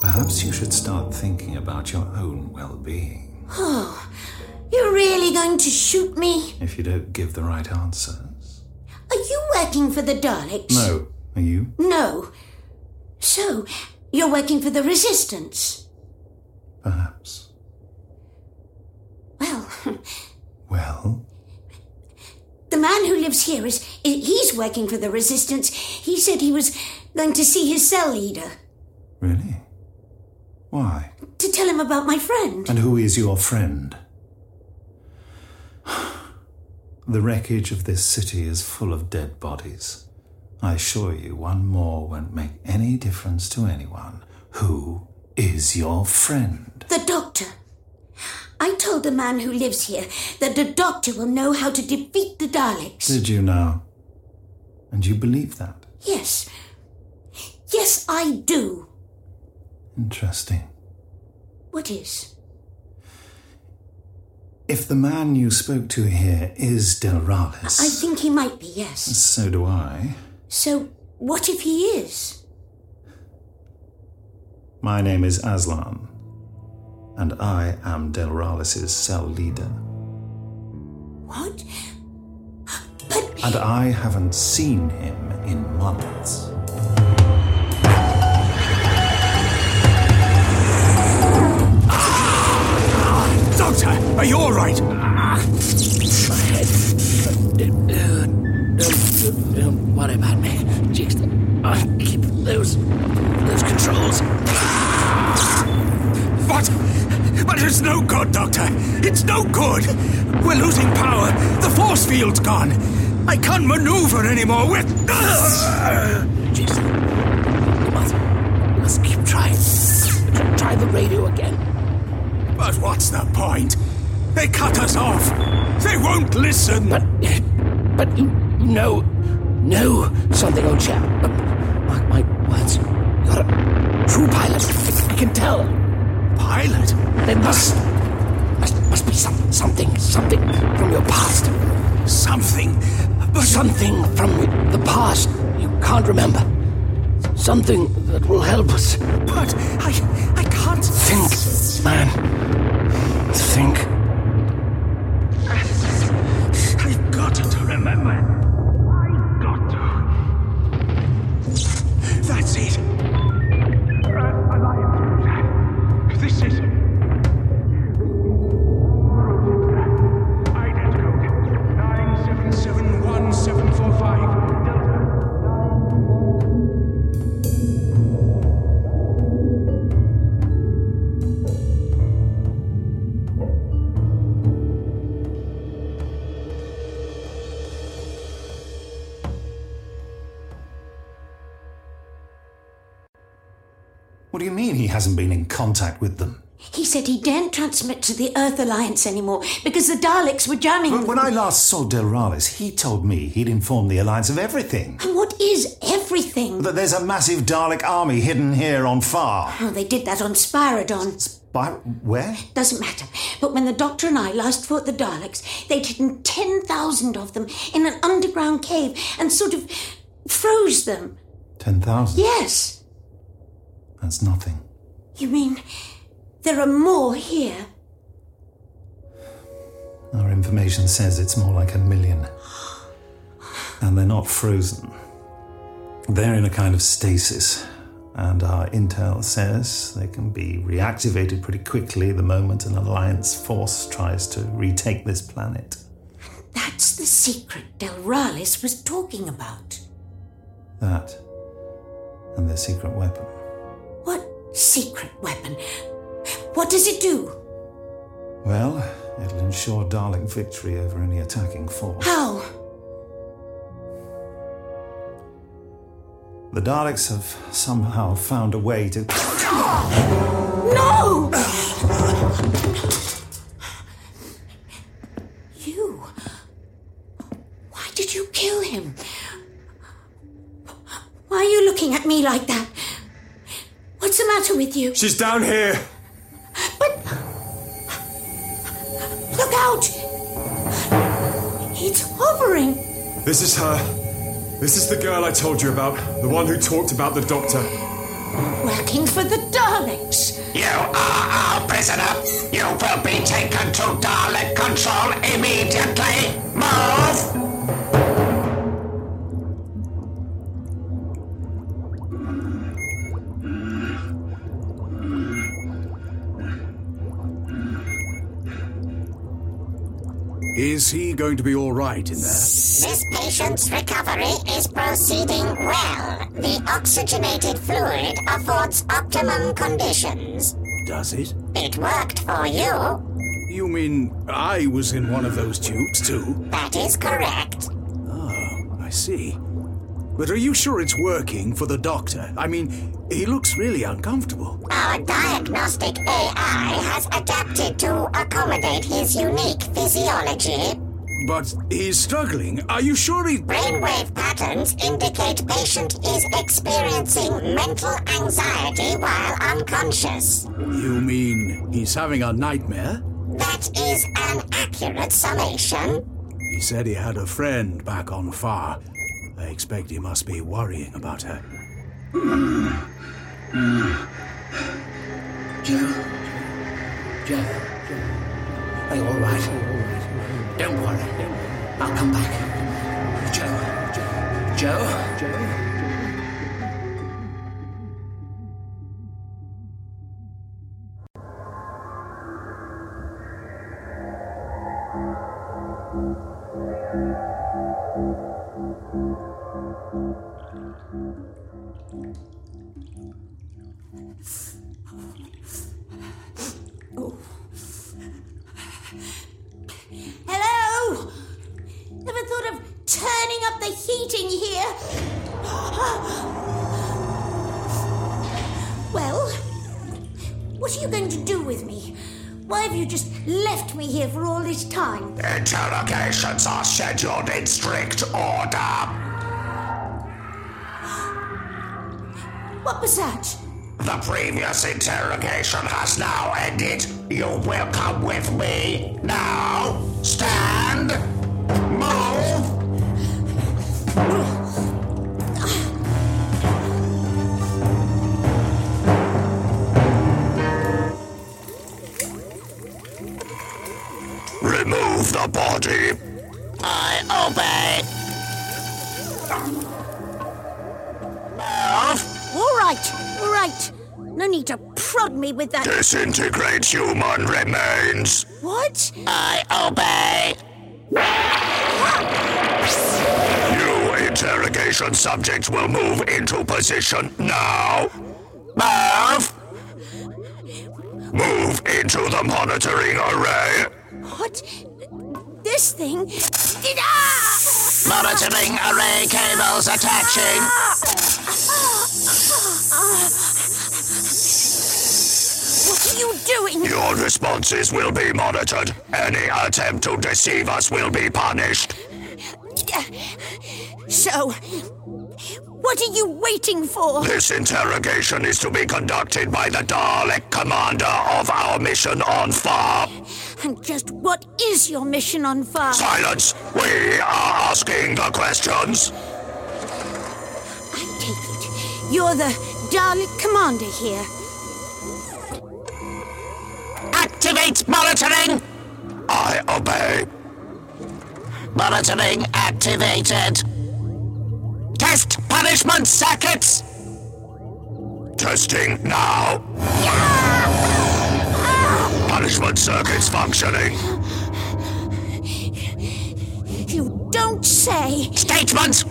Speaker 12: Perhaps you should start thinking about your own well being.
Speaker 2: Oh, you're really going to shoot me?
Speaker 12: If you don't give the right answer.
Speaker 2: Are you working for the Daleks?
Speaker 12: No. Are you?
Speaker 2: No. So, you're working for the Resistance?
Speaker 12: Perhaps.
Speaker 2: Well,
Speaker 12: Well?
Speaker 2: the man who lives here is. i- He's working for the Resistance. He said he was going to see his cell leader
Speaker 12: Really? Why?
Speaker 2: to tell him about my friend.
Speaker 12: And who is your friend? The wreckage of this city is full of dead bodies. I assure you, one more won't make any difference to anyone. Who is your friend?
Speaker 2: The doctor. I told the man who lives here that the doctor will know how to defeat the Daleks.
Speaker 12: Did you now? And you believe that?
Speaker 2: Yes. Yes, I do.
Speaker 12: Interesting.
Speaker 2: What is?
Speaker 12: If the man you spoke to here is Del
Speaker 2: I
Speaker 12: Rallis,
Speaker 2: I think he might be, yes.
Speaker 12: so do I.
Speaker 2: So, what if he is?
Speaker 12: My name is Aslan, and I am Del Rallis' cell leader.
Speaker 2: What?
Speaker 12: And I haven't seen him in months.
Speaker 6: Doctor, are you all right?
Speaker 9: My head. Uh, don't, don't worry about me. Just uh, keep those those controls.
Speaker 6: What? But it's no good, Doctor. It's no good. We're losing power. The force field's gone. I can't maneuver anymore. We're.
Speaker 9: Jason, you must, you must keep trying. Try the radio again.
Speaker 6: But what's the point? They cut us off. They won't listen. But,
Speaker 9: but you know, know something, old chap. Uh, Mark my words. You're a true pilot. I, I can tell.
Speaker 6: Pilot?
Speaker 9: There must, must, must be some, something, something from your past.
Speaker 6: Something?
Speaker 9: Something from the past you can't remember.
Speaker 1: Something that will help us.
Speaker 13: But I, I can't
Speaker 1: think, man. Think.
Speaker 6: I've got to remember. I've got to. That's it. Earth Alliance. This is.
Speaker 12: What do you mean he hasn't been in contact with them?
Speaker 2: He said he daren't transmit to the Earth Alliance anymore because the Daleks were jamming.
Speaker 12: But when I last saw Del Rales, he told me he'd informed the Alliance of everything.
Speaker 2: And what is everything?
Speaker 12: That there's a massive Dalek army hidden here on Far.
Speaker 2: Oh, they did that on Spyridon.
Speaker 12: By where?
Speaker 2: Doesn't matter. But when the Doctor and I last fought the Daleks, they'd hidden 10,000 of them in an underground cave and sort of froze them.
Speaker 12: Ten thousand.
Speaker 2: Yes.
Speaker 12: That's nothing.
Speaker 2: You mean there are more here?
Speaker 12: Our information says it's more like a million. And they're not frozen. They're in a kind of stasis. And our intel says they can be reactivated pretty quickly the moment an Alliance force tries to retake this planet.
Speaker 2: That's the secret Del Rales was talking about.
Speaker 12: That and their secret weapon.
Speaker 2: What secret weapon? What does it do?
Speaker 12: Well, it'll ensure Dalek victory over any attacking force.
Speaker 2: How?
Speaker 12: The Daleks have somehow found a way to.
Speaker 2: No! You. Why did you kill him? Why are you looking at me like that? What's the matter with you?
Speaker 7: She's down here.
Speaker 2: Look out! It's hovering!
Speaker 7: This is her. This is the girl I told you about, the one who talked about the doctor.
Speaker 2: Working for the Daleks!
Speaker 5: You are our prisoner. You will be taken to Dalek control immediately. Move!
Speaker 3: Is he going to be all right in there?
Speaker 8: This patient's recovery is proceeding well. The oxygenated fluid affords optimum conditions.
Speaker 3: Does it?
Speaker 8: It worked for you.
Speaker 3: You mean I was in one of those tubes too?
Speaker 8: That is correct.
Speaker 3: Oh, I see. But are you sure it's working for the doctor? I mean, he looks really uncomfortable.
Speaker 8: Our diagnostic AI has adapted to accommodate his unique physiology.
Speaker 3: But he's struggling. Are you sure he.
Speaker 8: Brainwave patterns indicate patient is experiencing mental anxiety while unconscious.
Speaker 3: You mean he's having a nightmare?
Speaker 8: That is an accurate summation.
Speaker 3: He said he had a friend back on far. I expect he must be worrying about her.
Speaker 14: Jill. Jill. Are you all right? Don't worry. I'll come back. Joe. Joe.
Speaker 2: Hello? Never thought of turning up the heat in here. Well, what are you going to do with me? Why have you just left me here for all this time?
Speaker 5: Interrogations are scheduled in strict order.
Speaker 2: What was that?
Speaker 5: The previous interrogation has now ended. You will come with me now. Stand. Move.
Speaker 8: I obey.
Speaker 2: All right, all right. No need to prod me with that.
Speaker 5: Disintegrate human remains.
Speaker 2: What?
Speaker 8: I obey.
Speaker 5: You interrogation subjects will move into position now. Move! Move into the monitoring array.
Speaker 2: What? This thing? Ah!
Speaker 5: Monitoring array cables attaching.
Speaker 2: Ah! What are you doing?
Speaker 5: Your responses will be monitored. Any attempt to deceive us will be punished.
Speaker 2: So, what are you waiting for?
Speaker 5: This interrogation is to be conducted by the Dalek commander of our mission on Far.
Speaker 2: And just what is your mission on fire?
Speaker 5: Silence! We are asking the questions.
Speaker 2: You're the Dalek commander here.
Speaker 8: Activate monitoring.
Speaker 5: I obey.
Speaker 8: Monitoring activated. Test punishment circuits.
Speaker 5: Testing now. Punishment circuits functioning.
Speaker 2: You don't say.
Speaker 8: Statement.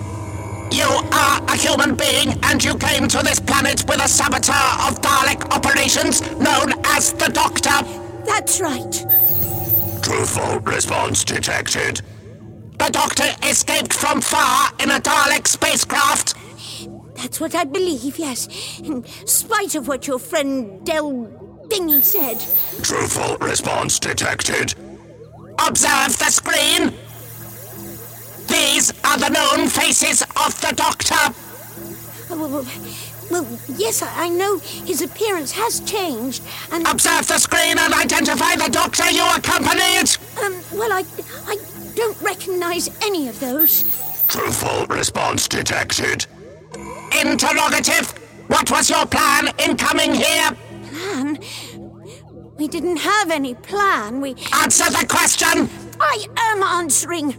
Speaker 8: You are a human being and you came to this planet with a saboteur of Dalek operations known as the Doctor.
Speaker 2: That's right.
Speaker 5: Truthful response detected.
Speaker 8: The Doctor escaped from far in a Dalek spacecraft.
Speaker 2: That's what I believe, yes. In spite of what your friend Del Dingy said.
Speaker 5: Truthful response detected.
Speaker 8: Observe the screen. These are the known faces of the Doctor.
Speaker 2: Oh, well, well, well, yes, I I know his appearance has changed, and
Speaker 8: Observe the screen and identify the Doctor you accompanied.
Speaker 2: um, well, I, I don't recognise any of those.
Speaker 5: Truthful response detected.
Speaker 8: Interrogative. What was your plan in coming here?
Speaker 2: Plan? We didn't have any plan. We
Speaker 8: answer the question.
Speaker 2: I am answering.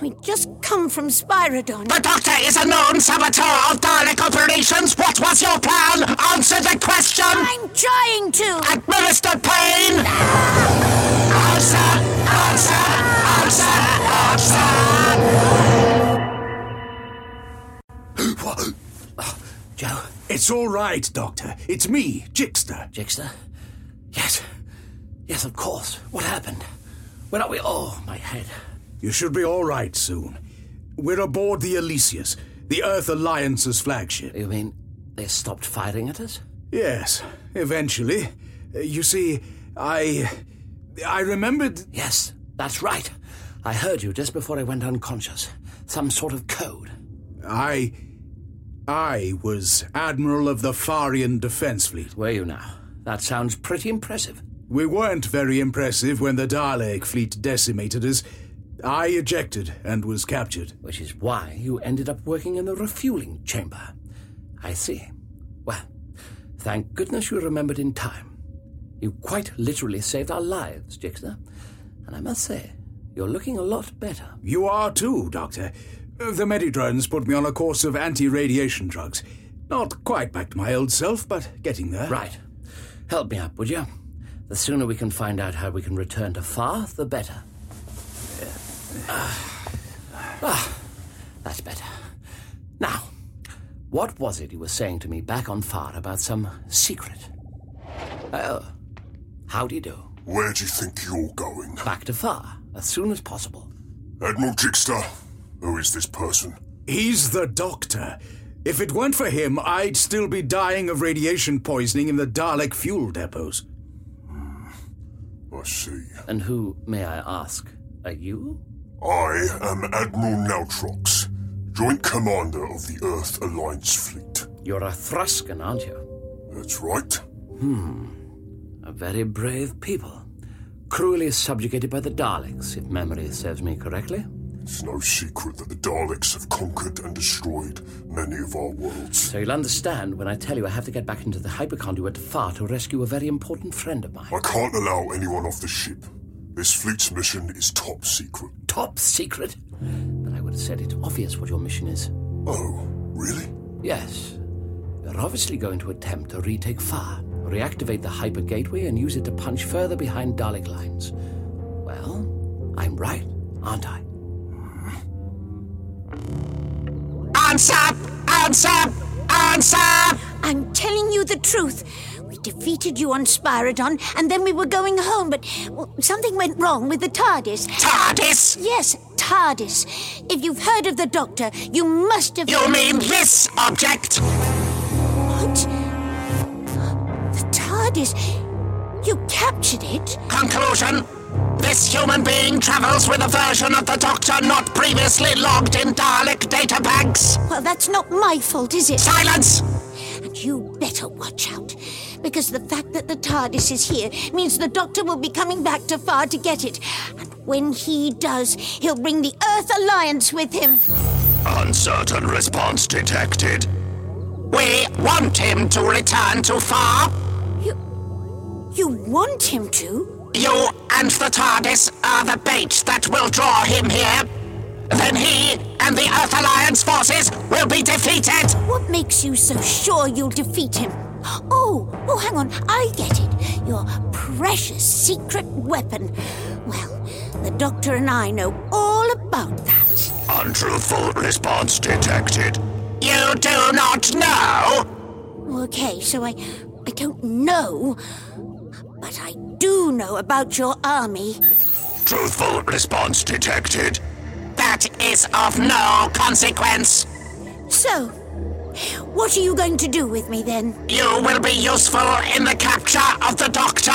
Speaker 2: We just come from Spyridon.
Speaker 8: The Doctor is a known saboteur of Dalek operations. What was your plan? Answer the question.
Speaker 2: I'm trying to.
Speaker 8: Administer pain. Answer. Answer. Answer. Answer.
Speaker 13: Joe. It's all right, Doctor. It's me, Jixter.
Speaker 9: Jixter? Yes. Yes, of course. What happened? Where are we? Oh, my head.
Speaker 3: You should be all right soon. We're aboard the Elysius, the Earth Alliance's flagship.
Speaker 1: You mean they stopped firing at us?
Speaker 3: Yes, eventually. Uh, You see, I. I remembered.
Speaker 1: Yes, that's right. I heard you just before I went unconscious. Some sort of code.
Speaker 3: I. I was Admiral of the Farian Defense Fleet.
Speaker 1: Were you now? That sounds pretty impressive.
Speaker 3: We weren't very impressive when the Dalek fleet decimated us. I ejected and was captured.
Speaker 1: Which is why you ended up working in the refueling chamber. I see. Well, thank goodness you remembered in time. You quite literally saved our lives, Jixter. And I must say, you're looking a lot better.
Speaker 3: You are too, Doctor. Uh, The Medidrones put me on a course of anti radiation drugs. Not quite back to my old self, but getting there.
Speaker 1: Right. Help me up, would you? The sooner we can find out how we can return to Far, the better. Ah, ah, that's better. Now, what was it you were saying to me back on Far about some secret? Oh, how do you do?
Speaker 4: Where do you think you're going?
Speaker 1: Back to Far, as soon as possible.
Speaker 4: Admiral Jigster, who is this person?
Speaker 3: He's the doctor. If it weren't for him, I'd still be dying of radiation poisoning in the Dalek fuel depots.
Speaker 4: I see.
Speaker 1: And who, may I ask, are you?
Speaker 4: I am Admiral Nautrox, Joint Commander of the Earth Alliance Fleet.
Speaker 1: You're a Thruscan, aren't you?
Speaker 4: That's right.
Speaker 1: Hmm. A very brave people. Cruelly subjugated by the Daleks, if memory serves me correctly.
Speaker 4: It's no secret that the Daleks have conquered and destroyed many of our worlds.
Speaker 1: So you'll understand when I tell you I have to get back into the hyperconduit far to rescue a very important friend of mine.
Speaker 4: I can't allow anyone off the ship. This fleet's mission is top secret.
Speaker 1: Top secret? But I would have said it's obvious what your mission is.
Speaker 4: Oh, really?
Speaker 1: Yes. You're obviously going to attempt to retake Far, reactivate the hyper gateway, and use it to punch further behind Dalek lines. Well, I'm right, aren't I?
Speaker 8: Answer! Answer!
Speaker 2: Answer! I'm telling you the truth. We defeated you on Spyridon, and then we were going home, but well, something went wrong with the TARDIS.
Speaker 8: TARDIS?
Speaker 2: Yes, TARDIS. If you've heard of the Doctor, you must have.
Speaker 8: You mean this object?
Speaker 2: What? The TARDIS? You captured it?
Speaker 8: Conclusion this human being travels with a version of the Doctor not previously logged in Dalek databanks.
Speaker 2: Well, that's not my fault, is it?
Speaker 8: Silence!
Speaker 2: And you better watch out, because the fact that the TARDIS is here means the Doctor will be coming back to Far to get it. And when he does, he'll bring the Earth Alliance with him.
Speaker 5: Uncertain response detected.
Speaker 8: We want him to return to Far.
Speaker 2: You. you want him to?
Speaker 8: You and the TARDIS are the bait that will draw him here. Then he and the Earth Alliance forces will be defeated.
Speaker 2: What makes you so sure you'll defeat him? Oh, oh, hang on, I get it. Your precious secret weapon. Well, the Doctor and I know all about that.
Speaker 5: Untruthful response detected.
Speaker 8: You do not know?
Speaker 2: Okay, so I. I don't know. But I do know about your army.
Speaker 5: Truthful response detected.
Speaker 8: That is of no consequence.
Speaker 2: So, what are you going to do with me then?
Speaker 8: You will be useful in the capture of the Doctor.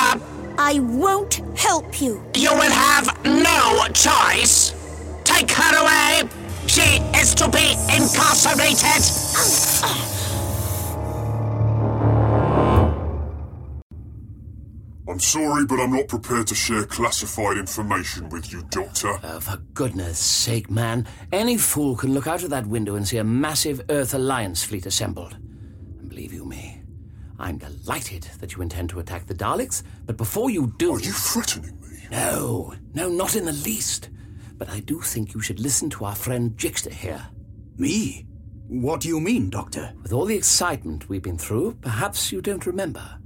Speaker 2: I won't help you.
Speaker 8: You will have no choice. Take her away. She is to be incarcerated. Oh.
Speaker 4: I'm sorry, but I'm not prepared to share classified information with you, Doctor.
Speaker 1: Oh, for goodness sake, man. Any fool can look out of that window and see a massive Earth Alliance fleet assembled. And believe you me, I'm delighted that you intend to attack the Daleks, but before you do.
Speaker 4: Are you threatening me?
Speaker 1: No, no, not in the least. But I do think you should listen to our friend Jixter here.
Speaker 13: Me? What do you mean, Doctor?
Speaker 1: With all the excitement we've been through, perhaps you don't remember.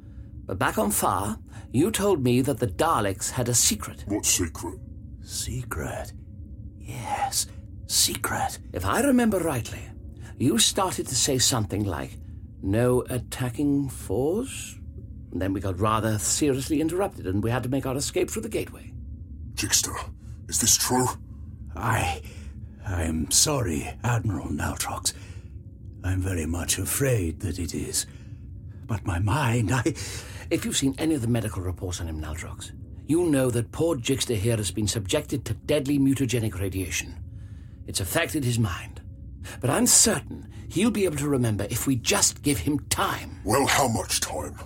Speaker 1: But back on Far, you told me that the Daleks had a secret.
Speaker 4: What secret?
Speaker 13: Secret? Yes, secret.
Speaker 1: If I remember rightly, you started to say something like, no attacking force? And then we got rather seriously interrupted and we had to make our escape through the gateway.
Speaker 4: Jigster, is this true?
Speaker 13: I. I'm sorry, Admiral Naltrox. I'm very much afraid that it is. But my mind, I.
Speaker 1: If you've seen any of the medical reports on him, Naldrox, you know that poor Jixter here has been subjected to deadly mutagenic radiation. It's affected his mind. But I'm certain he'll be able to remember if we just give him time.
Speaker 4: Well, how much time?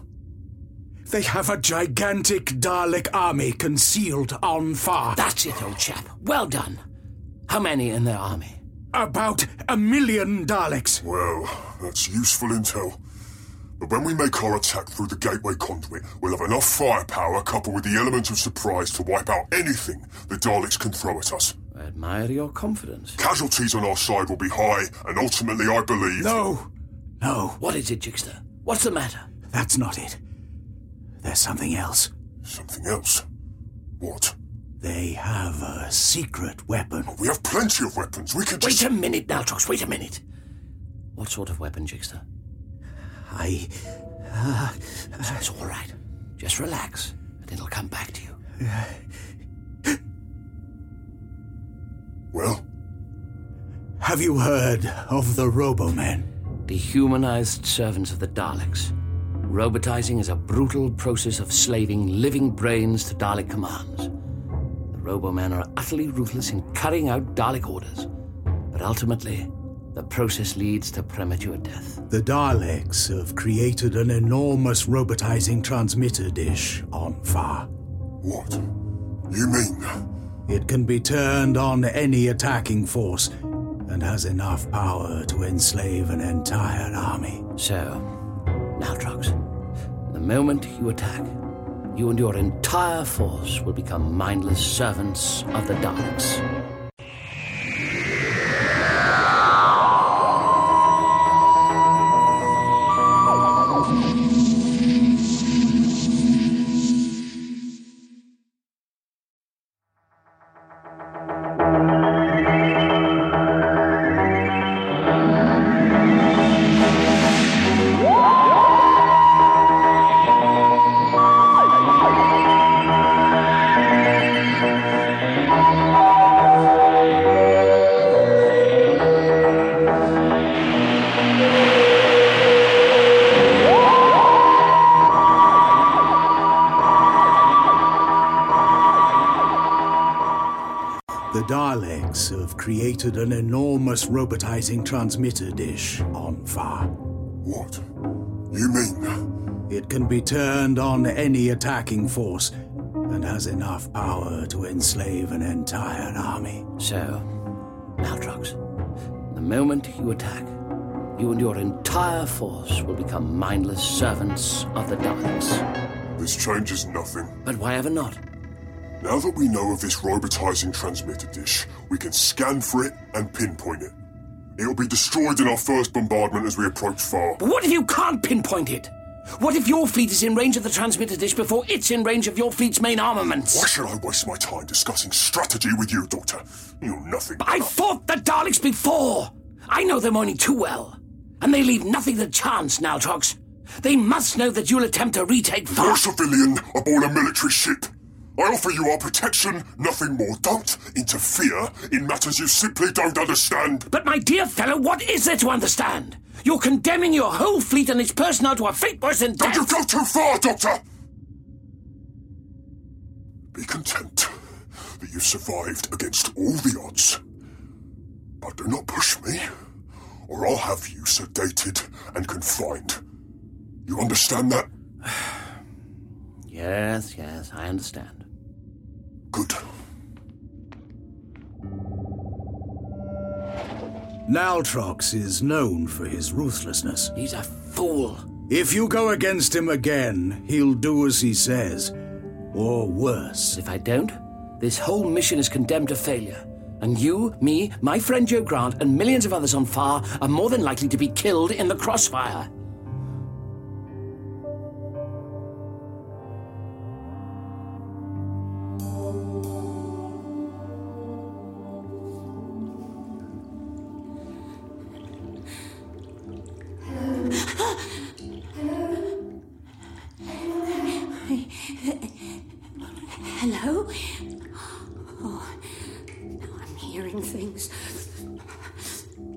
Speaker 13: They have a gigantic Dalek army concealed on far.
Speaker 1: That's it, old chap. Well done. How many in their army?
Speaker 13: About a million Daleks.
Speaker 4: Well, that's useful intel. But when we make our attack through the gateway conduit, we'll have enough firepower coupled with the element of surprise to wipe out anything the Daleks can throw at us.
Speaker 1: I admire your confidence.
Speaker 4: Casualties on our side will be high, and ultimately, I believe.
Speaker 13: No! No.
Speaker 1: What is it, Jixter? What's the matter?
Speaker 13: That's not it. There's something else.
Speaker 4: Something else? What?
Speaker 13: They have a secret weapon.
Speaker 4: We have plenty of weapons. We can just.
Speaker 1: Wait a minute now, Trox. Wait a minute. What sort of weapon, Jixter?
Speaker 13: I. Uh,
Speaker 1: uh, it's all right. Just relax, and it'll come back to you.
Speaker 4: well?
Speaker 13: Have you heard of the Robomen?
Speaker 1: Dehumanized servants of the Daleks. Robotizing is a brutal process of slaving living brains to Dalek commands. The Robomen are utterly ruthless in carrying out Dalek orders, but ultimately, the process leads to premature death.
Speaker 12: The Daleks have created an enormous robotizing transmitter dish on Far.
Speaker 4: What? You mean?
Speaker 12: It can be turned on any attacking force and has enough power to enslave an entire army.
Speaker 1: So, now, Trox, the moment you attack, you and your entire force will become mindless servants of the Daleks.
Speaker 3: The Daleks have created an enormous robotizing transmitter dish on Far.
Speaker 4: What? You mean?
Speaker 3: It can be turned on any attacking force and has enough power to enslave an entire army.
Speaker 1: So, Maltrox, the moment you attack, you and your entire force will become mindless servants of the Daleks.
Speaker 4: This changes nothing.
Speaker 1: But why ever not?
Speaker 4: Now that we know of this robotizing transmitter dish, we can scan for it and pinpoint it. It'll be destroyed in our first bombardment as we approach far.
Speaker 6: But what if you can't pinpoint it? What if your fleet is in range of the transmitter dish before it's in range of your fleet's main armaments?
Speaker 4: Why should I waste my time discussing strategy with you, Doctor? You know nothing.
Speaker 6: I fought the Daleks before! I know them only too well. And they leave nothing to chance, Naltrox. They must know that you'll attempt to retake Far.
Speaker 4: You're a civilian aboard a military ship. I offer you our protection, nothing more. Don't interfere in matters you simply don't understand.
Speaker 6: But, my dear fellow, what is there to understand? You're condemning your whole fleet and its personnel to a fate worse than
Speaker 4: Don't
Speaker 6: death.
Speaker 4: you go too far, Doctor! Be content that you survived against all the odds. But do not push me, or I'll have you sedated and confined. You understand that?
Speaker 1: Yes, yes, I understand.
Speaker 4: Good.
Speaker 3: Naltrox is known for his ruthlessness.
Speaker 6: He's a fool.
Speaker 3: If you go against him again, he'll do as he says. Or worse.
Speaker 1: If I don't, this whole mission is condemned to failure. And you, me, my friend Joe Grant, and millions of others on FAR are more than likely to be killed in the crossfire.
Speaker 2: Hello? Oh, now I'm hearing things.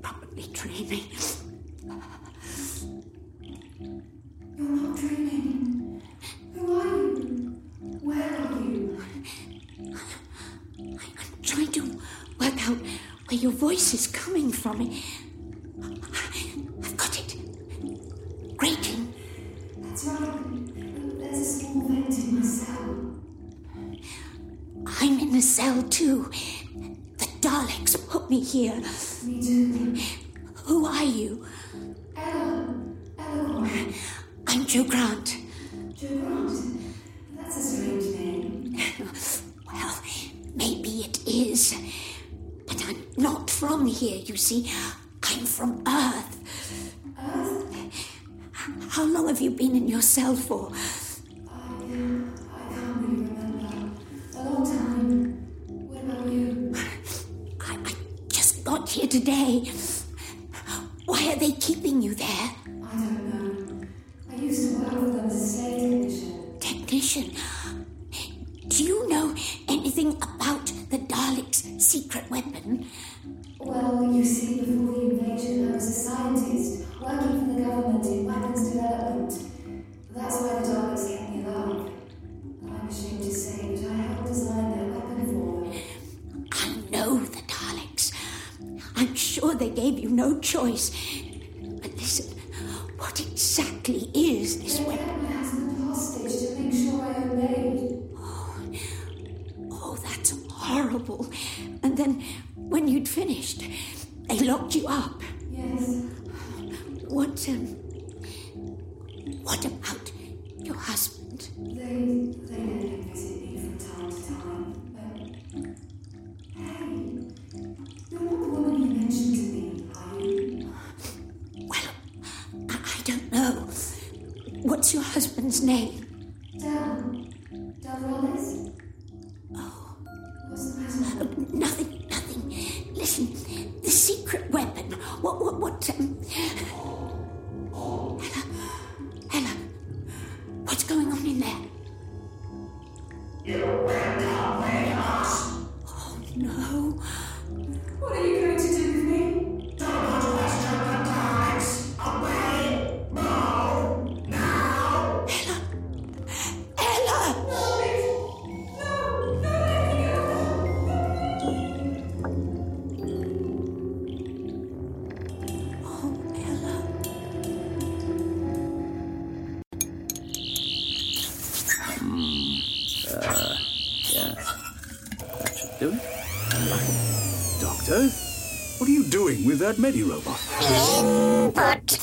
Speaker 2: Probably dreaming.
Speaker 15: You're not dreaming. Who are you? Where are you?
Speaker 2: I'm trying to work out where your voice is coming from. I've got it. Grating.
Speaker 15: That's right. There's a small vent in my cell.
Speaker 2: I'm in a cell too. The Daleks put me here.
Speaker 15: Me too.
Speaker 2: Who are you?
Speaker 15: Ella. Ella.
Speaker 2: I'm Joe Grant.
Speaker 15: Joe Grant. That's a strange name.
Speaker 2: Well, maybe it is. But I'm not from here, you see. I'm from Earth.
Speaker 15: Earth.
Speaker 2: How long have you been in your cell for?
Speaker 15: I can't really remember. A long time. What about you?
Speaker 2: Just got here today. Why are they keeping you there?
Speaker 15: I don't know. I used to work for them as a slave technician.
Speaker 2: Technician, do you know anything about the Daleks' secret weapon?
Speaker 15: Well, you see, before the invasion, I was a scientist working for the government in weapons development. That's why the Daleks kept me alive. I'm ashamed to say, but I helped design their weapon for them.
Speaker 2: I know the Daleks. I'm sure they gave you no choice. But listen, what exactly is this
Speaker 15: They
Speaker 2: weapon?
Speaker 15: kept my husband hostage to make sure I obeyed.
Speaker 2: Oh, that's horrible. And then, when you'd finished, they locked you up.
Speaker 15: Yes,
Speaker 2: What, um, what about your husband?
Speaker 11: They, they only visit me from time to time, but... Hey, you're not the woman you mentioned to me, are you?
Speaker 2: I don't know. What's your husband's name?
Speaker 11: Del. Del Wallace? What's the matter?
Speaker 2: Uh, Nothing, nothing. Listen, the secret weapon. What, what, what? Um... Ella, Ella, what's going on in there? You Oh
Speaker 11: What are you going to do with me?
Speaker 2: no, Ella!
Speaker 1: Hmm. Uh, yeah. That should do it.
Speaker 3: Doctor? What are you doing with that medi robot?
Speaker 2: Input,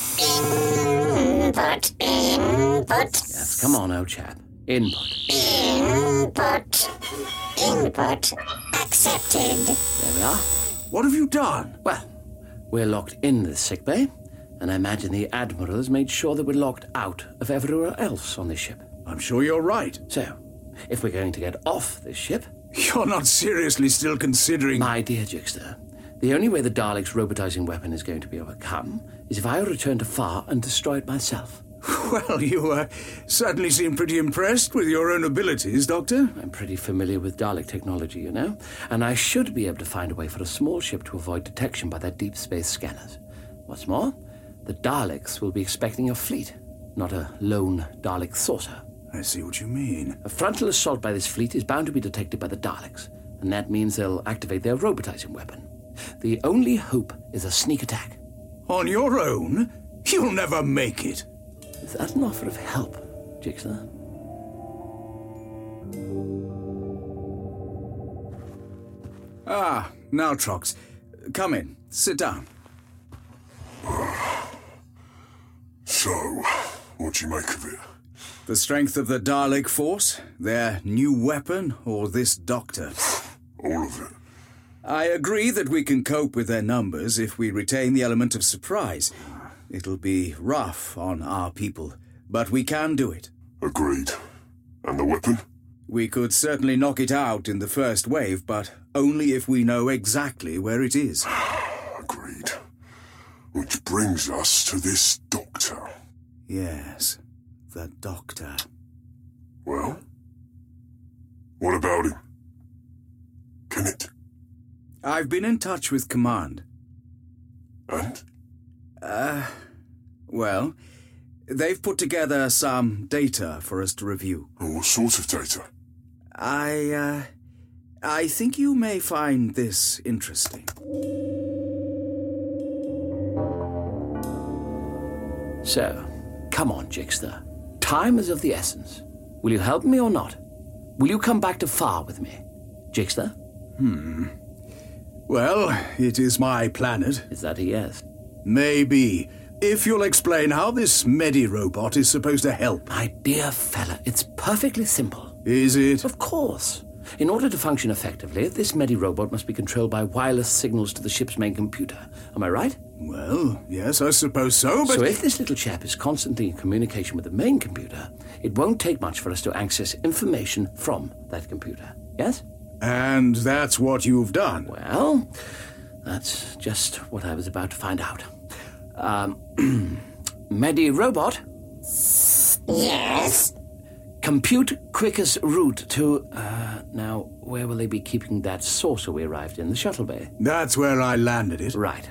Speaker 2: input, input,
Speaker 1: Yes, come on, old chap. Input.
Speaker 2: input, input. Accepted.
Speaker 1: There we are. What have you done? Well, we're locked in this sick bay, and I imagine the Admiral has made sure that we're locked out of everywhere else on this ship. I'm sure you're right. So, if we're going to get off this ship. You're not seriously still considering. My dear Jixter, the only way the Dalek's robotizing weapon is going to be overcome is if I return to Far and destroy it myself.
Speaker 3: Well, you uh, certainly seem pretty impressed with your own abilities, Doctor.
Speaker 1: I'm pretty familiar with Dalek technology, you know, and I should be able to find a way for a small ship to avoid detection by their deep space scanners. What's more, the Daleks will be expecting a fleet, not a lone Dalek saucer. I see what you mean. A frontal assault by this fleet is bound to be detected by the Daleks, and that means they'll activate their robotizing weapon. The only hope is a sneak attack.
Speaker 3: On your own? You'll never make it.
Speaker 1: Is that an offer of help, Jixer?
Speaker 3: Ah, now, Trox. Come in. Sit down.
Speaker 4: So, what do you make of it?
Speaker 3: The strength of the Dalek force, their new weapon, or this doctor?
Speaker 4: All of it.
Speaker 3: I agree that we can cope with their numbers if we retain the element of surprise. It'll be rough on our people, but we can do it.
Speaker 4: Agreed. And the weapon?
Speaker 3: We could certainly knock it out in the first wave, but only if we know exactly where it is.
Speaker 4: Agreed. Which brings us to this doctor.
Speaker 3: Yes, the doctor.
Speaker 4: Well? What about him? Can it?
Speaker 3: I've been in touch with command. And? Uh, well, they've put together some data for us to review.
Speaker 4: What sort of data?
Speaker 3: I, uh, I think you may find this interesting.
Speaker 1: So, come on, Jixter. Time is of the essence. Will you help me or not? Will you come back to Far with me, Jixter?
Speaker 3: Hmm. Well, it is my planet.
Speaker 1: Is that a yes?
Speaker 3: Maybe. If you'll explain how this Medi robot is supposed to help.
Speaker 1: My dear fella, it's perfectly simple.
Speaker 3: Is it?
Speaker 1: Of course. In order to function effectively, this Medi robot must be controlled by wireless signals to the ship's main computer. Am I right?
Speaker 3: Well, yes, I suppose so, but.
Speaker 1: So if this little chap is constantly in communication with the main computer, it won't take much for us to access information from that computer. Yes?
Speaker 3: And that's what you've done.
Speaker 1: Well, that's just what I was about to find out. Um, Medi Robot?
Speaker 2: Yes?
Speaker 1: Compute quickest route to. Uh, now, where will they be keeping that saucer we arrived in? The shuttle bay.
Speaker 3: That's where I landed it.
Speaker 1: Right.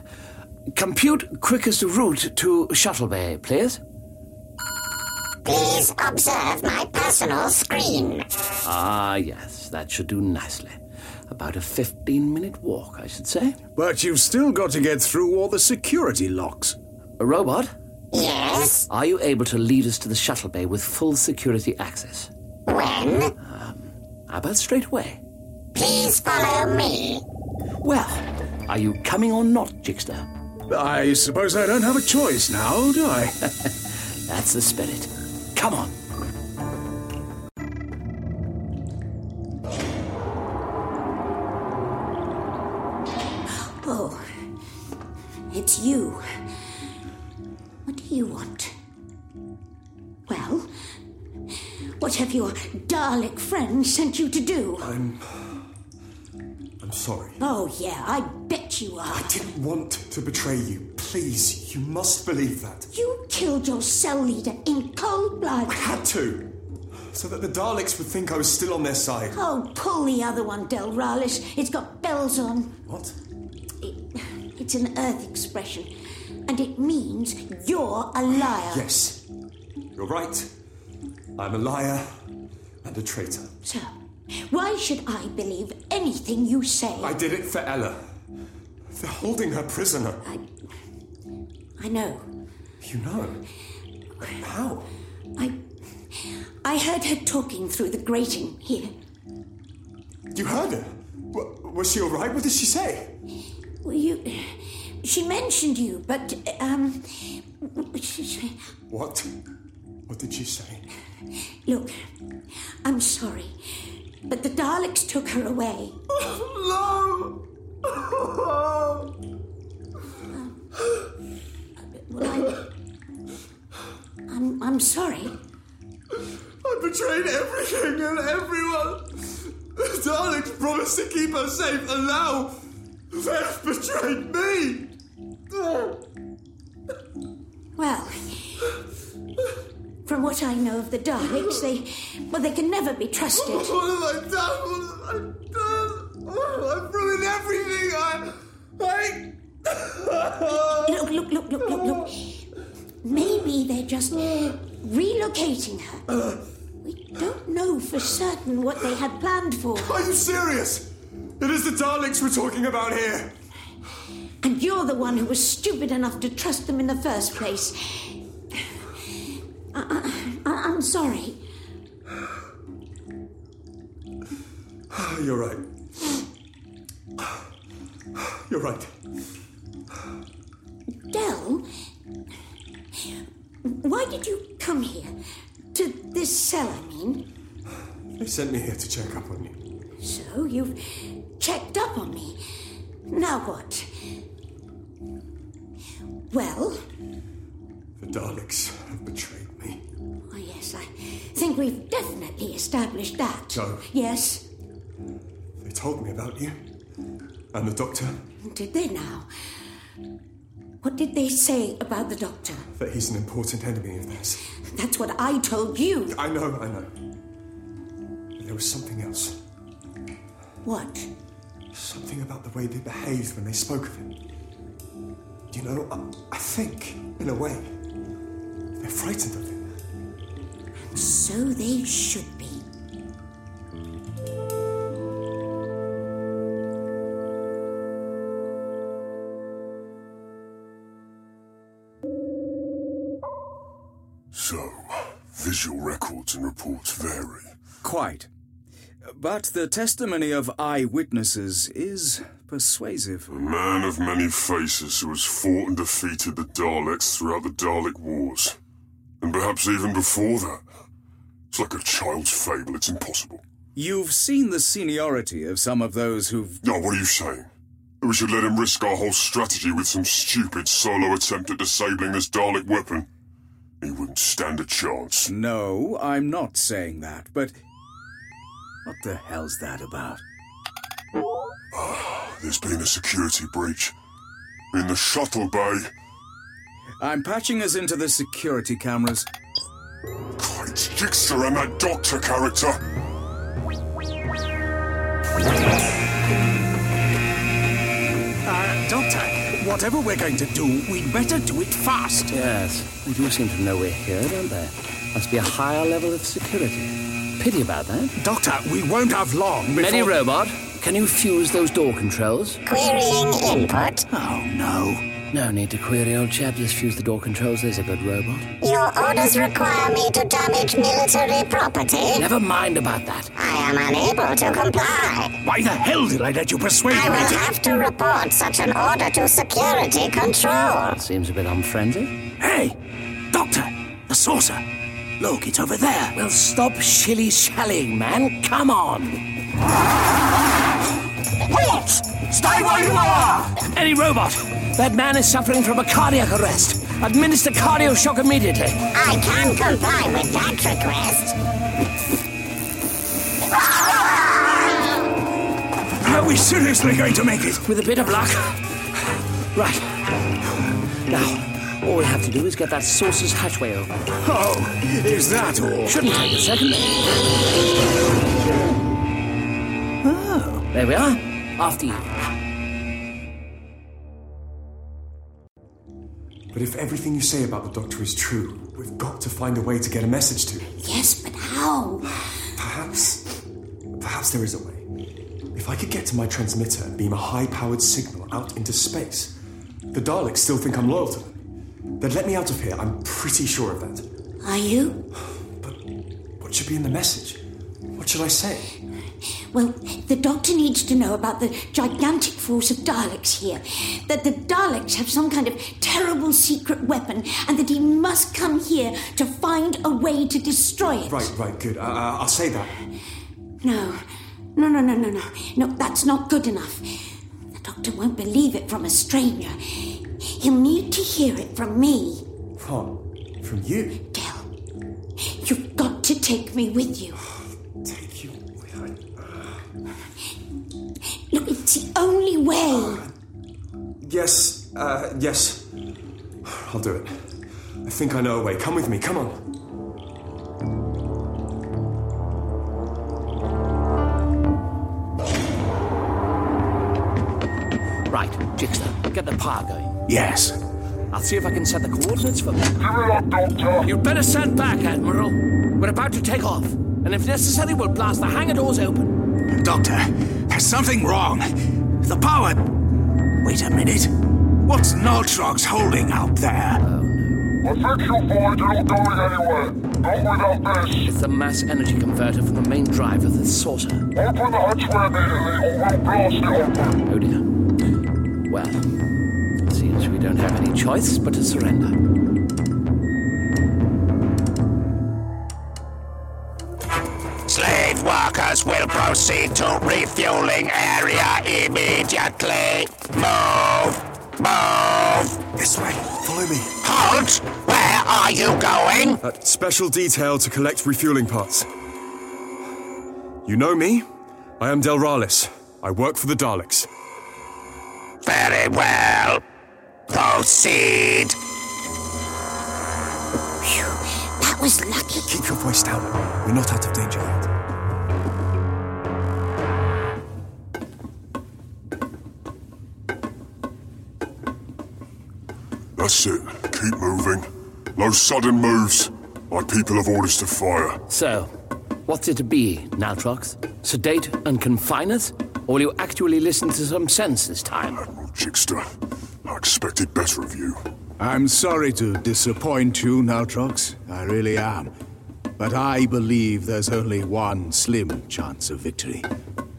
Speaker 1: Compute quickest route to shuttle bay, please.
Speaker 2: Please observe my personal screen.
Speaker 1: Ah, yes, that should do nicely. About a 15 minute walk, I should say.
Speaker 3: But you've still got to get through all the security locks.
Speaker 1: A robot?
Speaker 2: Yes?
Speaker 1: Are you able to lead us to the shuttle bay with full security access? Um,
Speaker 2: When?
Speaker 1: How about straight away?
Speaker 2: Please follow me.
Speaker 1: Well, are you coming or not, Jixter?
Speaker 3: I suppose I don't have a choice now, do I?
Speaker 1: That's the spirit. Come on.
Speaker 2: Oh, it's you. What do you want? Well, what have your Dalek friends sent you to do?
Speaker 7: I'm. I'm sorry.
Speaker 2: Oh, yeah, I bet you are.
Speaker 7: I didn't want to betray you. Please, you must believe that.
Speaker 2: You killed your cell leader in cold blood. I
Speaker 7: had to. So that the Daleks would think I was still on their side.
Speaker 2: Oh, pull the other one, Del Ralish. It's got bells on.
Speaker 7: What?
Speaker 2: It, it's an Earth expression, and it means you're a liar.
Speaker 7: Yes. You're right. I'm a liar and a traitor.
Speaker 2: So, why should I believe anything you say?
Speaker 7: I did it for Ella. They're holding her prisoner.
Speaker 2: I know.
Speaker 7: You know. How?
Speaker 2: I. I heard her talking through the grating here.
Speaker 7: You heard her? W- was she all right? What did she say?
Speaker 2: Well, you. She mentioned you, but, um. She, she,
Speaker 7: What? What did she say?
Speaker 2: Look, I'm sorry, but the Daleks took her away.
Speaker 7: No!
Speaker 2: Well, I, I'm, I'm sorry.
Speaker 7: I betrayed everything and everyone. The Daleks promised to keep her safe, and now they've betrayed me.
Speaker 2: Well, from what I know of the Daleks, they well they can never be trusted.
Speaker 7: What have I done? What have I done? I've ruined everything. I, I.
Speaker 2: Look, look, look, look, look, look. Maybe they're just relocating her. We don't know for certain what they had planned for.
Speaker 7: Are you serious? It is the Daleks we're talking about here.
Speaker 2: And you're the one who was stupid enough to trust them in the first place. I, I, I'm sorry.
Speaker 7: You're right. You're right.
Speaker 2: Dell, why did you come here? To this cell, I mean.
Speaker 7: They sent me here to check up on you.
Speaker 2: So you've checked up on me. Now what? Well,
Speaker 7: The Daleks have betrayed me.
Speaker 2: oh yes, I think we've definitely established that.
Speaker 7: So,
Speaker 2: Yes,
Speaker 7: they told me about you. And the doctor,
Speaker 2: did they now? What did they say about the doctor?
Speaker 7: that he's an important enemy of theirs.
Speaker 2: That's what I told you.
Speaker 7: I know, I know. But there was something else.
Speaker 2: What?
Speaker 7: Something about the way they behaved when they spoke of him. You know, I, I think, in a way, they're frightened of him.
Speaker 2: So they should be.
Speaker 4: So, visual records and reports vary.
Speaker 3: Quite. But the testimony of eyewitnesses is persuasive.
Speaker 4: A man of many faces who has fought and defeated the Daleks throughout the Dalek Wars. And perhaps even before that. It's like a child's fable, it's impossible.
Speaker 3: You've seen the seniority of some of those who've.
Speaker 4: No, what are you saying? We should let him risk our whole strategy with some stupid solo attempt at disabling this Dalek weapon. He wouldn't stand a chance.
Speaker 3: No, I'm not saying that, but. What the hell's that about?
Speaker 4: There's been a security breach. In the shuttle bay,
Speaker 3: I'm patching us into the security cameras.
Speaker 4: it's Jixer and that doctor character.
Speaker 13: Uh, Doctor, whatever we're going to do, we'd better do it fast.
Speaker 1: Yes, we do seem to know we're here, don't they? Must be a higher level of security. Pity about that.
Speaker 13: Doctor, we won't have long before...
Speaker 1: Many robot, can you fuse those door controls?
Speaker 8: Querying input.
Speaker 13: Oh, no.
Speaker 1: No need to query, old chap. Just fuse the door controls. There's a good robot.
Speaker 8: Your orders require me to damage military property.
Speaker 1: Never mind about that.
Speaker 8: I am unable to comply.
Speaker 13: Why the hell did I let you persuade
Speaker 8: I
Speaker 13: me
Speaker 8: will
Speaker 13: to...
Speaker 8: have to report such an order to security control.
Speaker 1: Seems a bit unfriendly.
Speaker 13: Hey, Doctor, the saucer. Look, it's over there. Oh,
Speaker 1: Well, stop shilly shallying, man. Come on.
Speaker 8: Halt! Stay where you are!
Speaker 9: Any robot! That man is suffering from a cardiac arrest. Administer cardio shock immediately.
Speaker 16: I can comply with that request.
Speaker 9: Are we seriously going to make it? With a bit of luck. Right. Now, all we have to do is get that saucer's hatchway open.
Speaker 13: Oh, is that all?
Speaker 9: Shouldn't take a second. Oh. There we are. After you.
Speaker 7: But if everything you say about the Doctor is true, we've got to find a way to get a message to him.
Speaker 2: Yes, but how?
Speaker 7: Perhaps. Perhaps there is a way. If I could get to my transmitter and beam a high powered signal out into space, the Daleks still think I'm loyal to them. They'd let me out of here, I'm pretty sure of that.
Speaker 2: Are you?
Speaker 7: What should be in the message? What should I say?
Speaker 2: Well, the doctor needs to know about the gigantic force of Daleks here. That the Daleks have some kind of terrible secret weapon, and that he must come here to find a way to destroy it.
Speaker 7: Right, right, good. I- I- I'll say that.
Speaker 2: No, no, no, no, no, no. No, that's not good enough. The doctor won't believe it from a stranger. He'll need to hear it from me.
Speaker 7: From? From you?
Speaker 2: You've got to take me with you.
Speaker 7: Take you with
Speaker 2: Look, it's the only way.
Speaker 7: Yes, uh, yes. I'll do it. I think I know a way. Come with me, come on.
Speaker 9: Right, Jixter, get the power going.
Speaker 13: Yes.
Speaker 9: I'll see if I can set the coordinates for them. You'd better stand back, Admiral. We're about to take off, and if necessary, we'll blast the hangar doors open.
Speaker 6: Doctor, there's something wrong. The power. Wait a minute. What's Naltrox holding out there?
Speaker 9: Oh,
Speaker 1: It's the mass energy converter from the main drive of the saucer. Open the hatchway immediately, or we'll blast it open. Oh dear. Well, seems we don't have any choice but to surrender.
Speaker 5: Slave workers will proceed to refueling area immediately. Move! Move!
Speaker 7: This way. Follow me.
Speaker 5: Halt! Where are you going?
Speaker 7: Uh, special detail to collect refueling parts. You know me. I am Delralis. I work for the Daleks.
Speaker 5: Very well. Proceed.
Speaker 2: That was lucky.
Speaker 7: Keep your voice down. We're not out of danger yet.
Speaker 4: That's it. Keep moving. No sudden moves. My people have orders to fire.
Speaker 1: So, what's it to be, Naltrox? Sedate and confine us? Or will you actually listen to some sense this time?
Speaker 4: Admiral Jixter, I expected better of you.
Speaker 3: I'm sorry to disappoint you, Naltrox. I really am. But I believe there's only one slim chance of victory.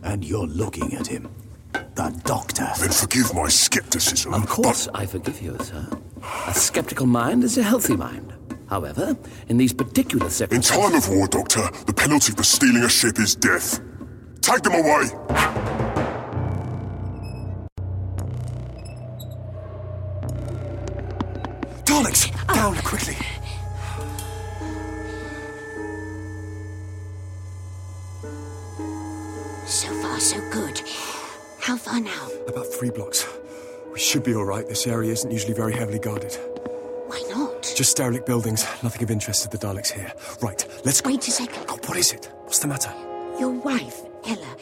Speaker 3: And you're looking at him. The doctor.
Speaker 4: Then forgive my skepticism.
Speaker 1: Of course, I forgive you, sir. A skeptical mind is a healthy mind. However, in these particular
Speaker 4: In
Speaker 1: circumstances.
Speaker 4: time of war, Doctor, the penalty for stealing a ship is death. Take them away!
Speaker 7: Daleks! Down quickly!
Speaker 2: So far, so good. How far now?
Speaker 7: About three blocks. We should be all right. This area isn't usually very heavily guarded.
Speaker 2: Why not?
Speaker 7: Just derelict buildings. Nothing of interest to the Daleks here. Right, let's go.
Speaker 2: Wait a second.
Speaker 7: Oh, what is it? What's the matter?
Speaker 2: Your wife, Ella,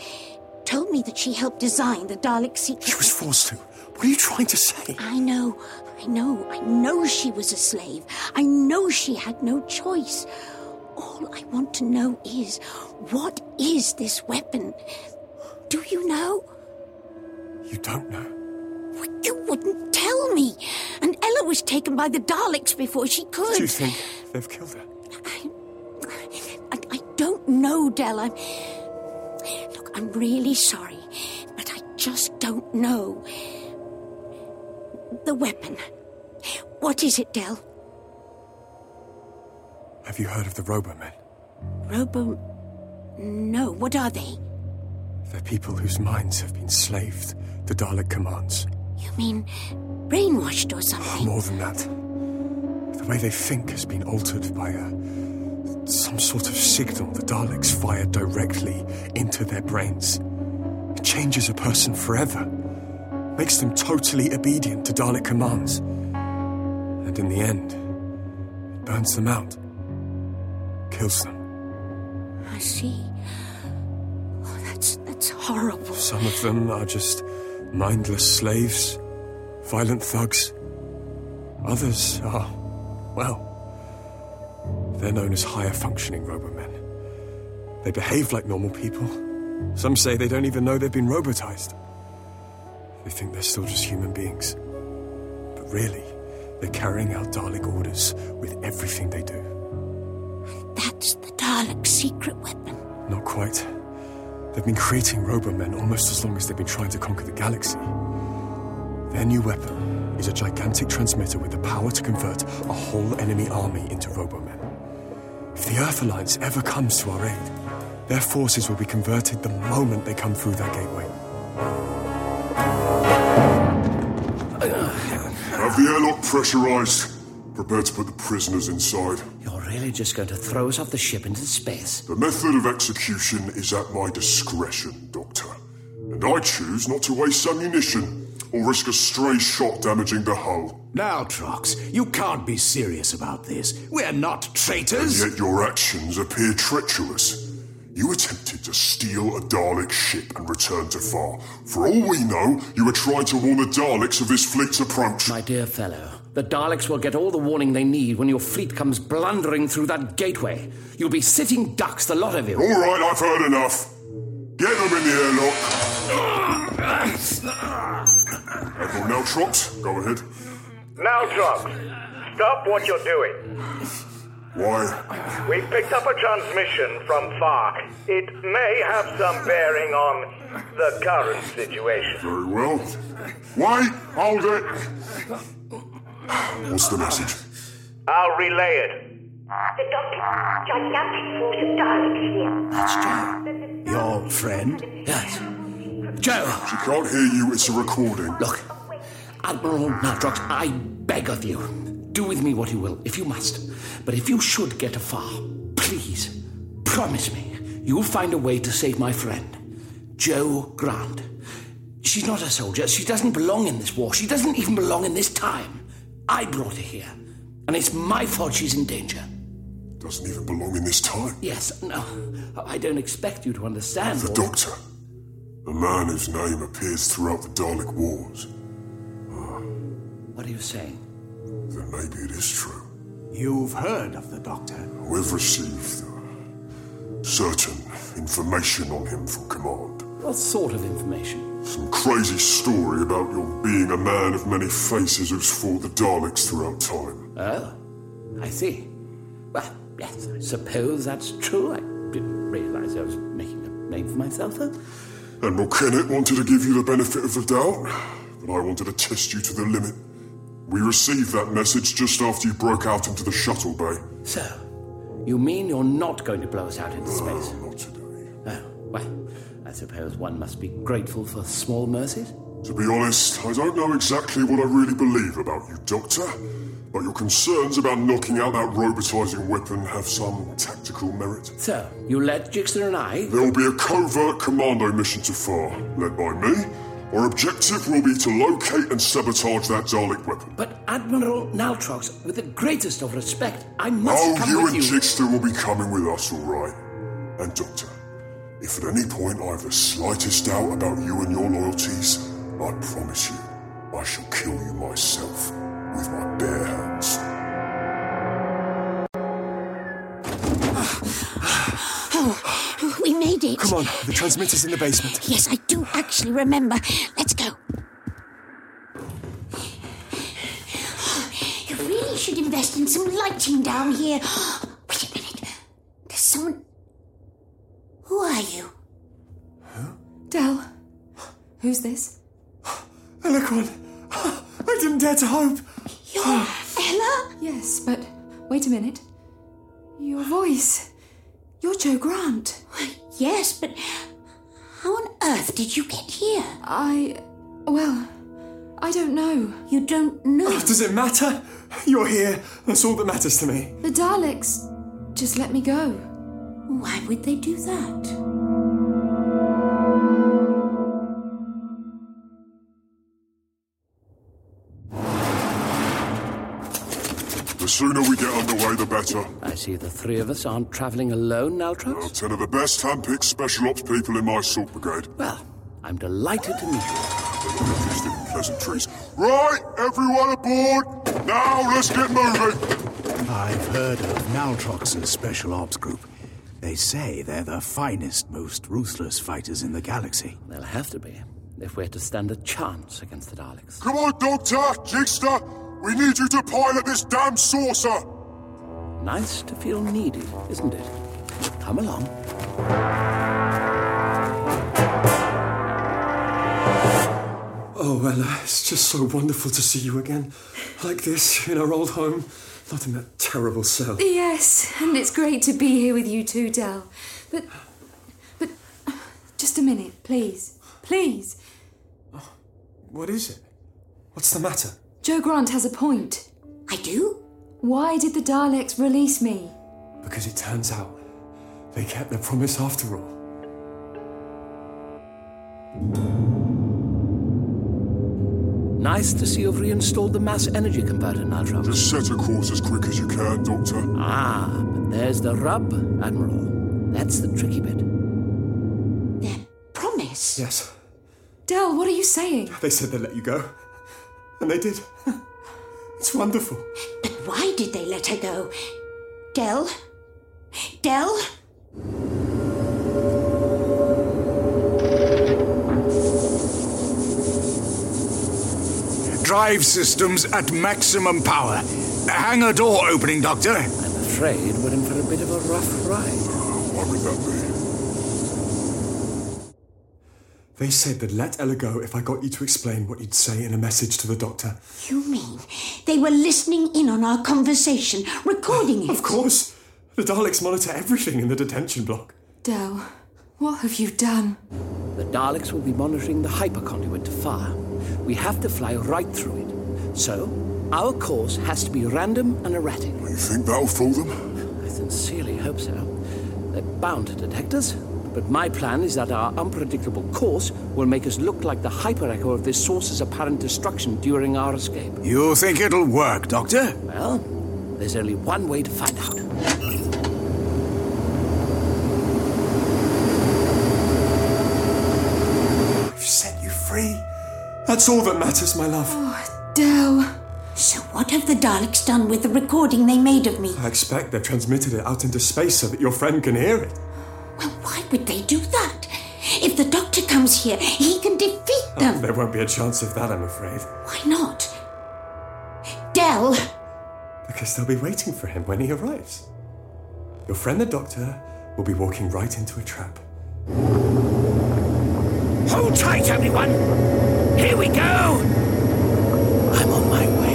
Speaker 2: told me that she helped design the Dalek secret. She was
Speaker 7: forced to. What are you trying to say?
Speaker 2: I know, I know, I know she was a slave. I know she had no choice. All I want to know is what is this weapon? Do you know?
Speaker 7: You don't know.
Speaker 2: You wouldn't tell me. And Ella was taken by the Daleks before she could.
Speaker 7: Do you think they've killed her?
Speaker 2: don't know, Dell. I'm. Look, I'm really sorry, but I just don't know. The weapon. What is it, Dell?
Speaker 7: Have you heard of the Robomen?
Speaker 2: Robo. No, what are they?
Speaker 7: They're people whose minds have been slaved to Dalek commands.
Speaker 2: You mean brainwashed or something?
Speaker 7: More than that, the way they think has been altered by a, some sort of signal the Daleks fire directly into their brains. It changes a person forever, makes them totally obedient to Dalek commands. And in the end, it burns them out, kills them.
Speaker 2: I see. Oh, that's that's horrible.
Speaker 7: Some of them are just mindless slaves, violent thugs. Others are, well, they're known as higher functioning Robomen. They behave like normal people. Some say they don't even know they've been robotized. They think they're still just human beings. But really, they're carrying out Dalek orders with everything they do.
Speaker 2: That's the Dalek secret weapon.
Speaker 7: Not quite. They've been creating Robomen almost as long as they've been trying to conquer the galaxy. Their new weapon is a gigantic transmitter with the power to convert a whole enemy army into Robomen. If the Earth Alliance ever comes to our aid, their forces will be converted the moment they come through that gateway.
Speaker 4: Have the airlock pressurized. Prepare to put the prisoners inside.
Speaker 1: You're really just going to throw us off the ship into space.
Speaker 4: The method of execution is at my discretion, Doctor. And I choose not to waste ammunition or risk a stray shot damaging the hull.
Speaker 13: Now, Trox, you can't be serious about this. We're not
Speaker 4: And
Speaker 13: traitors.
Speaker 4: yet your actions appear treacherous. You attempted to steal a Dalek ship and return to Far. For all we know, you were trying to warn the Daleks of this fleet's approach.
Speaker 1: My dear fellow, the Daleks will get all the warning they need when your fleet comes blundering through that gateway. You'll be sitting ducks, the lot of you.
Speaker 4: All right, I've heard enough. Get them in the airlock. Admiral Neltrox, go ahead.
Speaker 17: Now, Trox, stop what you're doing.
Speaker 4: Why?
Speaker 17: We've picked up a transmission from FARC. It may have some bearing on the current situation.
Speaker 4: Very well. Wait, hold it. What's the message?
Speaker 17: I'll relay it.
Speaker 16: The doctor, gigantic force of Daleks here. That's true.
Speaker 13: Your friend?
Speaker 4: Yes. Joe! She can't hear you, it's a recording. Look.
Speaker 1: Admiral Naldrox, I beg of you, do with me what you will, if you must. But if you should get afar, please, promise me you'll find a way to save my friend, Joe Grant. She's not a soldier. She doesn't belong in this war. She doesn't even belong in this time. I brought her here, and it's my fault she's in danger.
Speaker 4: Doesn't even belong in this time.
Speaker 1: Yes, no. I don't expect you to understand.
Speaker 4: The
Speaker 1: or-
Speaker 4: Doctor. The man whose name appears throughout the Dalek Wars.
Speaker 1: What are you saying?
Speaker 4: Then maybe it is true.
Speaker 13: You've heard of the doctor.
Speaker 4: We've received uh, certain information on him from command.
Speaker 1: What sort of information?
Speaker 4: Some crazy story about your being a man of many faces who's fought the Daleks throughout time.
Speaker 1: Oh, I see. Well, yes, I suppose that's true. I didn't realize I was making a name for myself, though.
Speaker 4: Admiral Kennett wanted to give you the benefit of the doubt, but I wanted to test you to the limit. We received that message just after you broke out into the shuttle bay.
Speaker 1: So, you mean you're not going to blow us out into space?
Speaker 4: not today.
Speaker 1: Oh, well, I suppose one must be grateful for small mercies.
Speaker 4: To be honest, I don't know exactly what I really believe about you, Doctor, but your concerns about knocking out that robotizing weapon have some tactical merit.
Speaker 1: So, you let Jixon and I.
Speaker 4: There will be a covert commando mission to Far, led by me. Our objective will be to locate and sabotage that Dalek weapon.
Speaker 1: But Admiral Naltrox, with the greatest of respect, I must
Speaker 4: Now
Speaker 1: come
Speaker 4: you
Speaker 1: with
Speaker 4: and Jigster will be coming with us, alright? And Doctor, if at any point I have the slightest doubt about you and your loyalties, I promise you, I shall kill you myself with my bare hands.
Speaker 2: Oh, we made it.
Speaker 7: Come on, the transmitter's in the basement.
Speaker 2: Yes, I do actually remember. Let's go. You really should invest in some lighting down here. Wait a minute. There's someone. Who are you?
Speaker 15: Dell, who's this?
Speaker 7: Eloquent! I didn't dare to hope!
Speaker 15: You're Ella? Yes, but wait a minute. Your voice. You're Joe Grant.
Speaker 2: Yes, but How on earth did you get here?
Speaker 15: I. Well, I don't know.
Speaker 2: You don't know?
Speaker 7: Oh, does it matter? You're here. That's all that matters to me.
Speaker 15: The Daleks just let me go.
Speaker 2: Why would they do that?
Speaker 4: The sooner we get underway, the better.
Speaker 1: I see the three of us aren't travelling alone now, Trout.
Speaker 4: Ten of the best handpicked special ops people in my assault brigade.
Speaker 1: Well, I'm delighted to meet you.
Speaker 4: These little pleasantries. Right, everyone aboard! Now let's get moving!
Speaker 13: I've heard of Naltrox's special ops group. They say they're the finest, most ruthless fighters in the galaxy.
Speaker 1: They'll have to be, if we're to stand a chance against the Daleks.
Speaker 4: Come on, Doctor! Jigster! We need you to pilot this damn saucer!
Speaker 1: Nice to feel needed, isn't it? Come along.
Speaker 7: Oh, Ella, it's just so wonderful to see you again. Like this, in our old home. Not in that terrible cell.
Speaker 15: Yes, and it's great to be here with you too, Dell. But. But. Just a minute, please. Please.
Speaker 7: What is it? What's the matter?
Speaker 15: Joe Grant has a point.
Speaker 2: I do?
Speaker 15: Why did the Daleks release me?
Speaker 7: Because it turns out they kept their promise after all.
Speaker 1: Nice to see you've reinstalled the mass energy converter now, Trout.
Speaker 4: Just set a course as quick as you can, Doctor.
Speaker 1: Ah, but there's the rub, Admiral. That's the tricky bit.
Speaker 2: Promise?
Speaker 7: Yes,
Speaker 15: Dell, what are you saying?
Speaker 7: they said they let you go. And they did. it's wonderful.
Speaker 2: Why did they let her go? Dell? Dell?
Speaker 13: Drive systems at maximum power. Hangar door opening, Doctor.
Speaker 1: I'm afraid we're in for a bit of a rough ride.
Speaker 4: Why Ah, would that be?
Speaker 7: They said they'd let Ella go if I got you to explain what you'd say in a message to the doctor.
Speaker 2: You mean they were listening in on our conversation, recording it?
Speaker 7: Of course, the Daleks monitor everything in the detention block.
Speaker 15: Dell, what have you done?
Speaker 1: The Daleks will be monitoring the hyperconduit to fire. We have to fly right through it. So, our course has to be random and erratic.
Speaker 4: You think that'll fool them?
Speaker 1: I sincerely hope so. They're bound to detect us, but my plan is that our unpredictable course will make us look like the hyper echo of this source's apparent destruction during our escape.
Speaker 13: You think it'll work, Doctor?
Speaker 1: Well, there's only one way to find out.
Speaker 7: I've set you free. That's all that matters, my love.
Speaker 15: Dell.
Speaker 2: So, what have the Daleks done with the recording they made of me?
Speaker 7: I expect they've transmitted it out into space so that your friend can hear it.
Speaker 2: Why would they do that? If the doctor comes here, he can defeat them.
Speaker 7: There won't be a chance of that, I'm afraid.
Speaker 2: Why not? Dell,
Speaker 7: Because they'll be waiting for him when he arrives. Your friend the doctor will be walking right into a trap.
Speaker 9: Hold tight, everyone! Here we go! I'm on my way.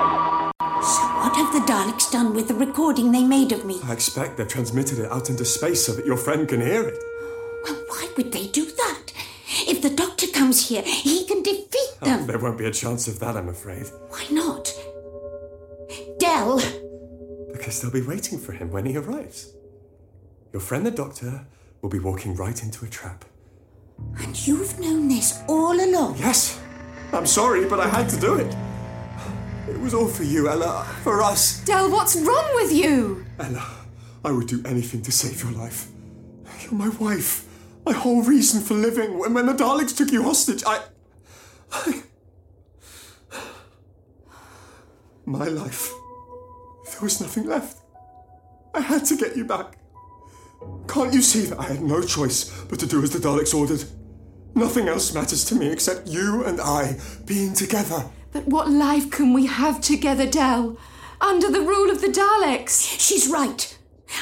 Speaker 2: what have the Daleks done with the recording they made of me?
Speaker 7: I expect they've transmitted it out into space so that your friend can hear it.
Speaker 2: Why would they do that? If the doctor comes here, he can defeat them.
Speaker 7: There won't be a chance of that, I'm afraid.
Speaker 2: Why not? Dell,
Speaker 7: Because they'll be waiting for him when he arrives. Your friend the doctor will be walking right into a trap.
Speaker 2: and you've known this all along.
Speaker 7: Yes, I'm sorry, but I had to do it. It was all for you, Ella. For us.
Speaker 15: Del, what's wrong with you?
Speaker 7: Ella, I would do anything to save your life. You're my wife. My whole reason for living. When, when the Daleks took you hostage, I. I. My life. There was nothing left. I had to get you back. Can't you see that I had no choice but to do as the Daleks ordered? Nothing else matters to me except you and I being together.
Speaker 15: But what life can we have together, Dell? Under the rule of the Daleks.
Speaker 2: She's right.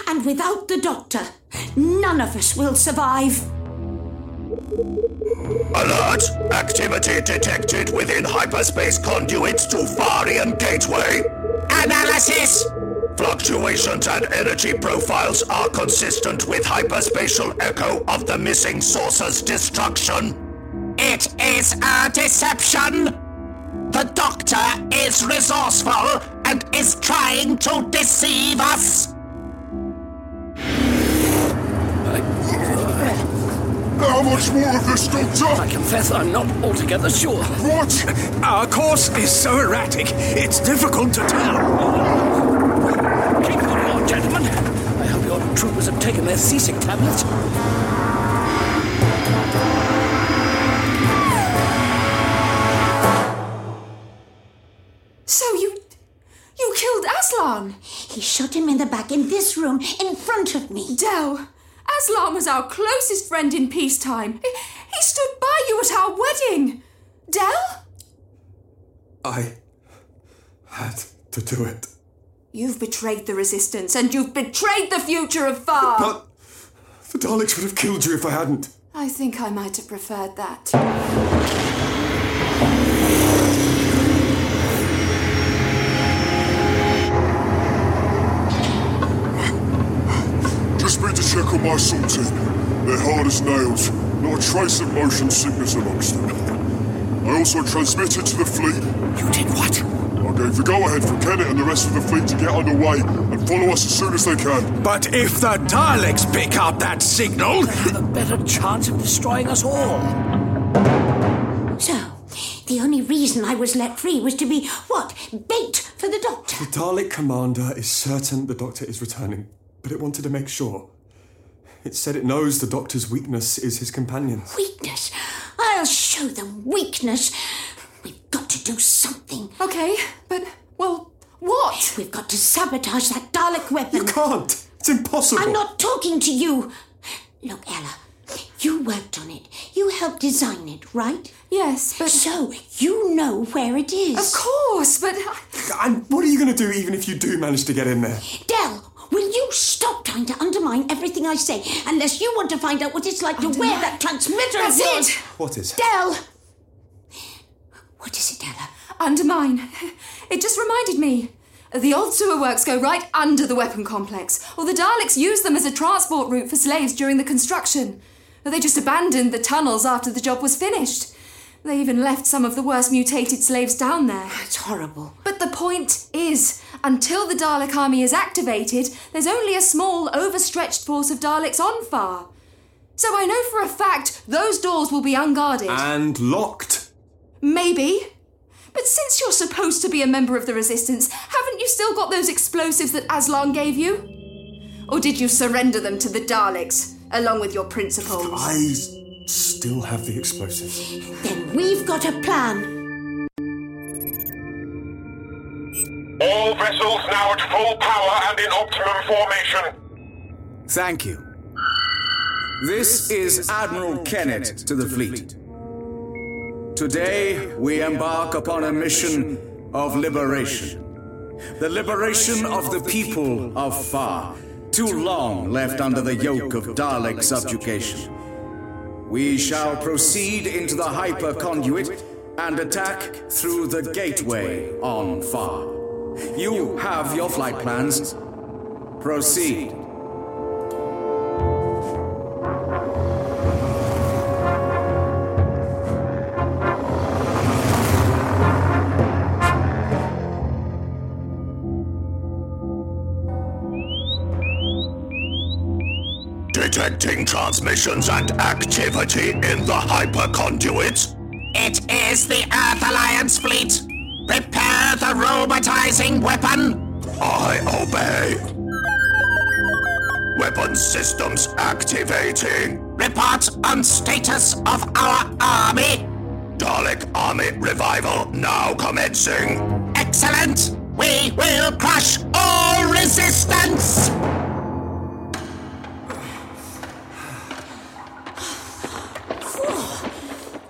Speaker 2: And without the doctor, none of us will survive.
Speaker 5: Alert! Activity detected within hyperspace conduits to Farian Gateway.
Speaker 8: Analysis!
Speaker 5: Fluctuations and energy profiles are consistent with hyperspatial echo of the missing saucer's destruction.
Speaker 8: It is a deception! The doctor is resourceful and is trying to deceive us.
Speaker 4: How much more of this, Doctor? I
Speaker 1: confess I'm not altogether sure.
Speaker 4: What?
Speaker 13: Our course is so erratic, it's difficult to tell.
Speaker 1: Keep on, Lord, gentlemen. I hope your troopers have taken their seasick tablets.
Speaker 15: So you. You killed Aslan!
Speaker 2: He shot him in the back in this room, in front of me.
Speaker 15: Dell, Aslan was our closest friend in peacetime. He, he stood by you at our wedding. Dell?
Speaker 7: I. had to do it.
Speaker 15: You've betrayed the resistance and you've betrayed the future of Far.
Speaker 7: But. The Daleks would have killed you if I hadn't.
Speaker 15: I think I might have preferred that.
Speaker 4: check on my assault team. They're hard as nails, not a trace of motion sickness amongst them. I also transmitted to the fleet.
Speaker 8: You did what?
Speaker 4: I gave the go ahead for Kennett and the rest of the fleet to get underway and follow us as soon as they can.
Speaker 6: But if the Daleks pick up that signal,
Speaker 1: they have a better chance of destroying us all.
Speaker 2: So, the only reason I was let free was to be, what, bait for the Doctor?
Speaker 7: The Dalek commander is certain the Doctor is returning, but it wanted to make sure. It said it knows the doctor's weakness is his companion.
Speaker 2: Weakness? I'll show them weakness. We've got to do something.
Speaker 15: Okay, but, well, what?
Speaker 2: We've got to sabotage that Dalek weapon.
Speaker 7: You can't! It's impossible!
Speaker 2: I'm not talking to you! Look, Ella, you worked on it. You helped design it, right?
Speaker 15: Yes, but.
Speaker 2: So, you know where it is.
Speaker 15: Of course, but.
Speaker 7: And what are you going to do even if you do manage to get in there?
Speaker 2: Dell, Will you stop trying to undermine everything I say unless you want to find out what it's like undermine. to wear that transmitter
Speaker 15: That's
Speaker 2: yours?
Speaker 15: It.
Speaker 7: What is it?
Speaker 2: Dell! What is it, Ella?
Speaker 15: Undermine. It just reminded me. The old sewer works go right under the weapon complex, or the Daleks used them as a transport route for slaves during the construction. They just abandoned the tunnels after the job was finished. They even left some of the worst mutated slaves down there.
Speaker 2: It's horrible.
Speaker 15: But the point is, until the Dalek army is activated, there's only a small, overstretched force of Daleks on Far. So I know for a fact those doors will be unguarded.
Speaker 7: And locked.
Speaker 15: Maybe. But since you're supposed to be a member of the Resistance, haven't you still got those explosives that Aslan gave you? Or did you surrender them to the Daleks, along with your principles?
Speaker 7: I still have the explosives.
Speaker 2: Then we've got a plan.
Speaker 18: All vessels now at full power and in optimum formation.
Speaker 3: Thank you. This, this is, is Admiral, Admiral Kennett, Kennett to the, to the fleet. fleet. Today, we embark upon a mission of liberation. The liberation of the people of Far, too long left under the yoke of Dalek subjugation. We shall proceed into the hyper conduit and attack through the gateway on Far. You have your flight plans. Proceed.
Speaker 5: Detecting transmissions and activity in the hyperconduit.
Speaker 8: It is the Earth Alliance fleet. Repair the robotizing weapon!
Speaker 5: I obey. Weapon systems activating.
Speaker 8: Report on status of our army!
Speaker 5: Dalek Army Revival now commencing.
Speaker 8: Excellent! We will crush all resistance!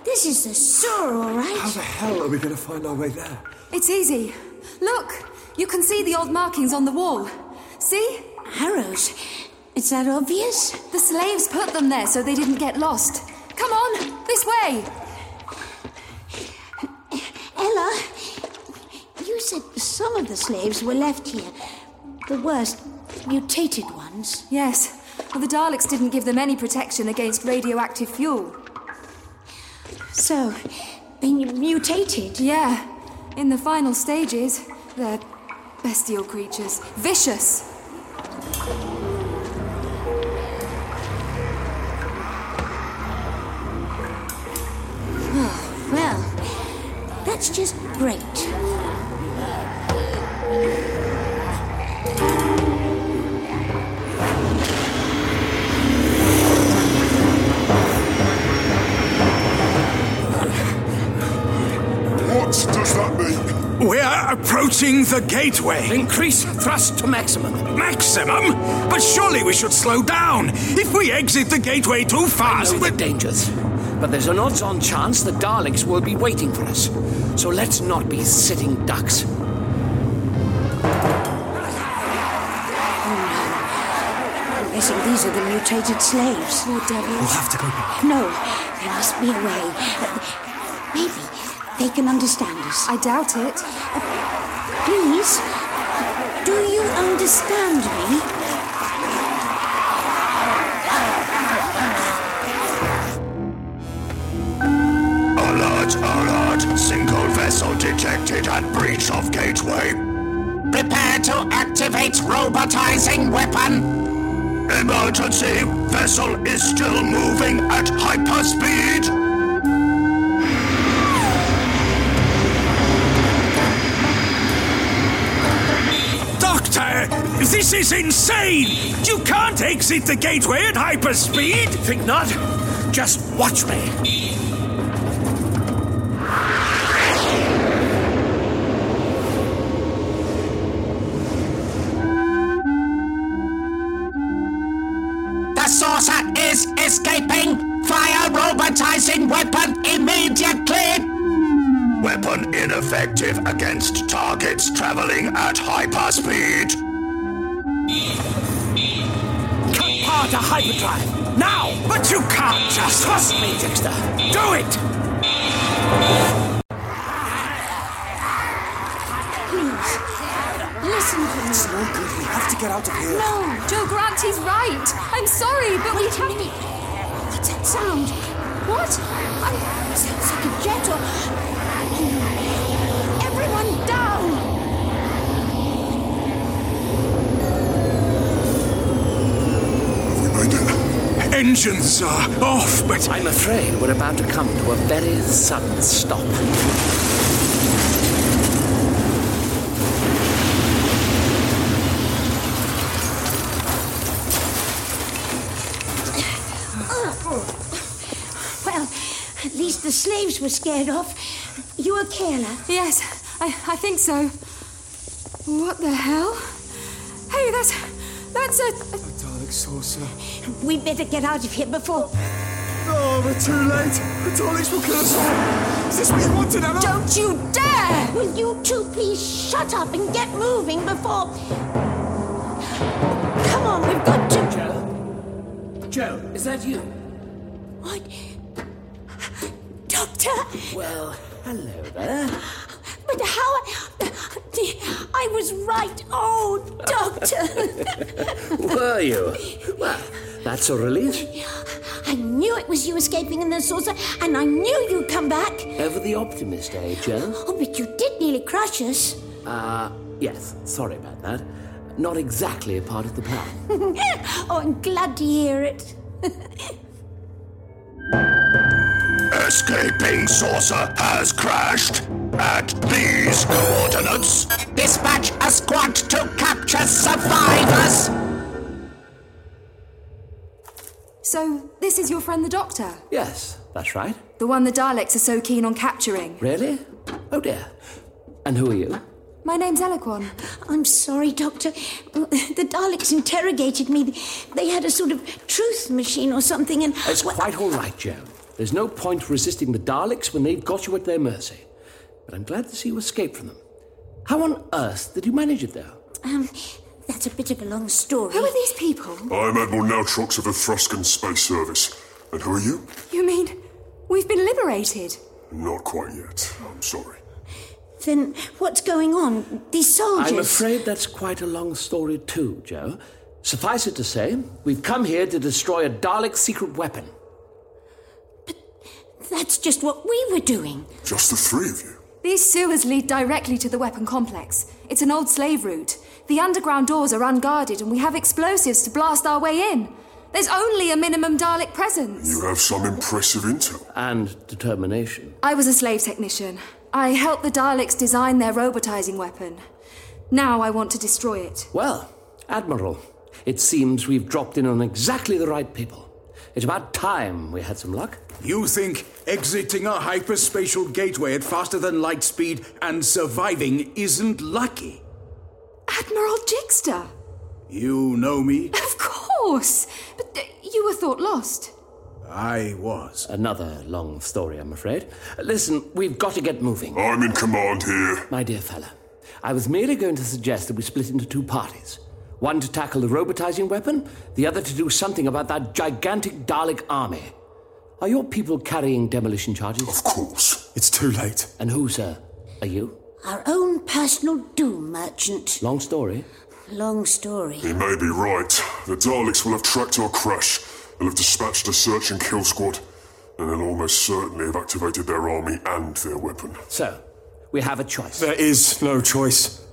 Speaker 2: This is the sewer, all right?
Speaker 7: How the hell are we going to find our way there?
Speaker 15: It's easy. Look, you can see the old markings on the wall. See?
Speaker 2: Arrows. Is that obvious?
Speaker 15: The slaves put them there so they didn't get lost. Come on, this way.
Speaker 2: Ella, you said some of the slaves were left here. The worst, mutated ones.
Speaker 15: Yes. Well, the Daleks didn't give them any protection against radioactive fuel.
Speaker 2: So, they mutated?
Speaker 15: Yeah. In the final stages, they're bestial creatures. Vicious.
Speaker 2: Oh, well, that's just great.
Speaker 4: What does that mean?
Speaker 19: We're approaching the gateway.
Speaker 9: Increase thrust to maximum.
Speaker 19: Maximum? But surely we should slow down. If we exit the gateway too fast,
Speaker 9: we're dangerous. But there's an odds on chance the Daleks will be waiting for us. So let's not be sitting ducks.
Speaker 2: I think these are the mutated slaves.
Speaker 15: Poor devils.
Speaker 7: We'll have to go back.
Speaker 2: No, there must be a way. Maybe they can understand us.
Speaker 15: I doubt it.
Speaker 2: Please, do you understand me?
Speaker 5: Alert, alert! Single vessel detected at breach of gateway.
Speaker 8: Prepare to activate robotizing weapon.
Speaker 5: Emergency! Vessel is still moving at hyperspeed!
Speaker 19: Doctor, this is insane! You can't exit the gateway at hyperspeed!
Speaker 9: Think not? Just watch me.
Speaker 8: The saucer is escaping! Fire robotizing weapon immediately!
Speaker 5: Weapon ineffective against targets traveling at hyperspeed.
Speaker 9: Cut power to hyperdrive! Now! But you can't just trust me, Dexter! Do it!
Speaker 2: Please, listen to me.
Speaker 7: It's no good. We have to get out of here.
Speaker 15: No! Joe Grant, he's right! I'm sorry, but
Speaker 2: Wait
Speaker 15: we have...
Speaker 2: a minute. What's that sound?
Speaker 15: What?
Speaker 2: I... Sounds like a jet or...
Speaker 15: Everyone down!
Speaker 19: Engines are off, but
Speaker 1: I'm afraid we're about to come to a very sudden stop.
Speaker 2: Well, at least the slaves were scared off. You okay, Ella?
Speaker 15: Yes, I, I think so. What the hell? Hey, that's. that's a. a-
Speaker 7: Dalek saucer.
Speaker 2: We better get out of here before.
Speaker 7: Oh, we're too late. The Daleks will kill us all. Is this what you wanted, Emma?
Speaker 15: Don't you dare!
Speaker 2: Will you two please shut up and get moving before. Come on, we've got to.
Speaker 1: Joe? Joe, is that you?
Speaker 2: What? Doctor?
Speaker 1: Well, hello there.
Speaker 2: But how. I was right. Oh, Doctor.
Speaker 1: Were you? Well, that's a relief.
Speaker 2: I knew it was you escaping in the saucer, and I knew you'd come back.
Speaker 1: Ever the optimist, eh, Joe?
Speaker 2: Oh, but you did nearly crush us.
Speaker 1: Uh, yes, sorry about that. Not exactly a part of the plan.
Speaker 2: oh, I'm glad to hear it.
Speaker 5: SK escaping saucer has crashed at these coordinates.
Speaker 8: Dispatch a squad to capture survivors!
Speaker 15: So, this is your friend the Doctor?
Speaker 1: Yes, that's right.
Speaker 15: The one the Daleks are so keen on capturing.
Speaker 1: Really? Oh dear. And who are you?
Speaker 15: My name's Eloquon.
Speaker 2: I'm sorry, Doctor. The Daleks interrogated me. They had a sort of truth machine or something, and.
Speaker 1: It's quite all right, Joan. There's no point resisting the Daleks when they've got you at their mercy. But I'm glad to see you escaped from them. How on earth did you manage it, though?
Speaker 2: Um, that's a bit of a long story.
Speaker 15: Who are these people?
Speaker 4: I'm Admiral Nautrox of the Thruscan Space Service. And who are you?
Speaker 15: You mean we've been liberated?
Speaker 4: Not quite yet. I'm sorry.
Speaker 2: Then what's going on? These soldiers.
Speaker 1: I'm afraid that's quite a long story, too, Joe. Suffice it to say, we've come here to destroy a Dalek secret weapon.
Speaker 2: But that's just what we were doing.
Speaker 4: Just the three of you.
Speaker 15: These sewers lead directly to the weapon complex. It's an old slave route. The underground doors are unguarded, and we have explosives to blast our way in. There's only a minimum Dalek presence.
Speaker 4: You have some impressive intel.
Speaker 1: And determination.
Speaker 15: I was a slave technician. I helped the Daleks design their robotizing weapon. Now I want to destroy it.
Speaker 1: Well, Admiral, it seems we've dropped in on exactly the right people. It's about time we had some luck.
Speaker 3: You think exiting a hyperspatial gateway at faster than light speed and surviving isn't lucky?
Speaker 15: Admiral Jigster!
Speaker 3: You know me?
Speaker 15: Of course! But uh, you were thought lost.
Speaker 3: I was.
Speaker 1: Another long story, I'm afraid. Listen, we've got to get moving.
Speaker 4: I'm in command here.
Speaker 1: My dear fella, I was merely going to suggest that we split into two parties. One to tackle the robotizing weapon, the other to do something about that gigantic Dalek army. Are your people carrying demolition charges?
Speaker 4: Of course.
Speaker 7: It's too late.
Speaker 1: And who, sir, are you?
Speaker 2: Our own personal doom merchant.
Speaker 1: Long story.
Speaker 2: Long story.
Speaker 4: He may be right. The Daleks will have tracked our crash. They'll have dispatched a search and kill squad, and they'll almost certainly have activated their army and their weapon.
Speaker 1: So, we have a choice.
Speaker 7: There is no choice.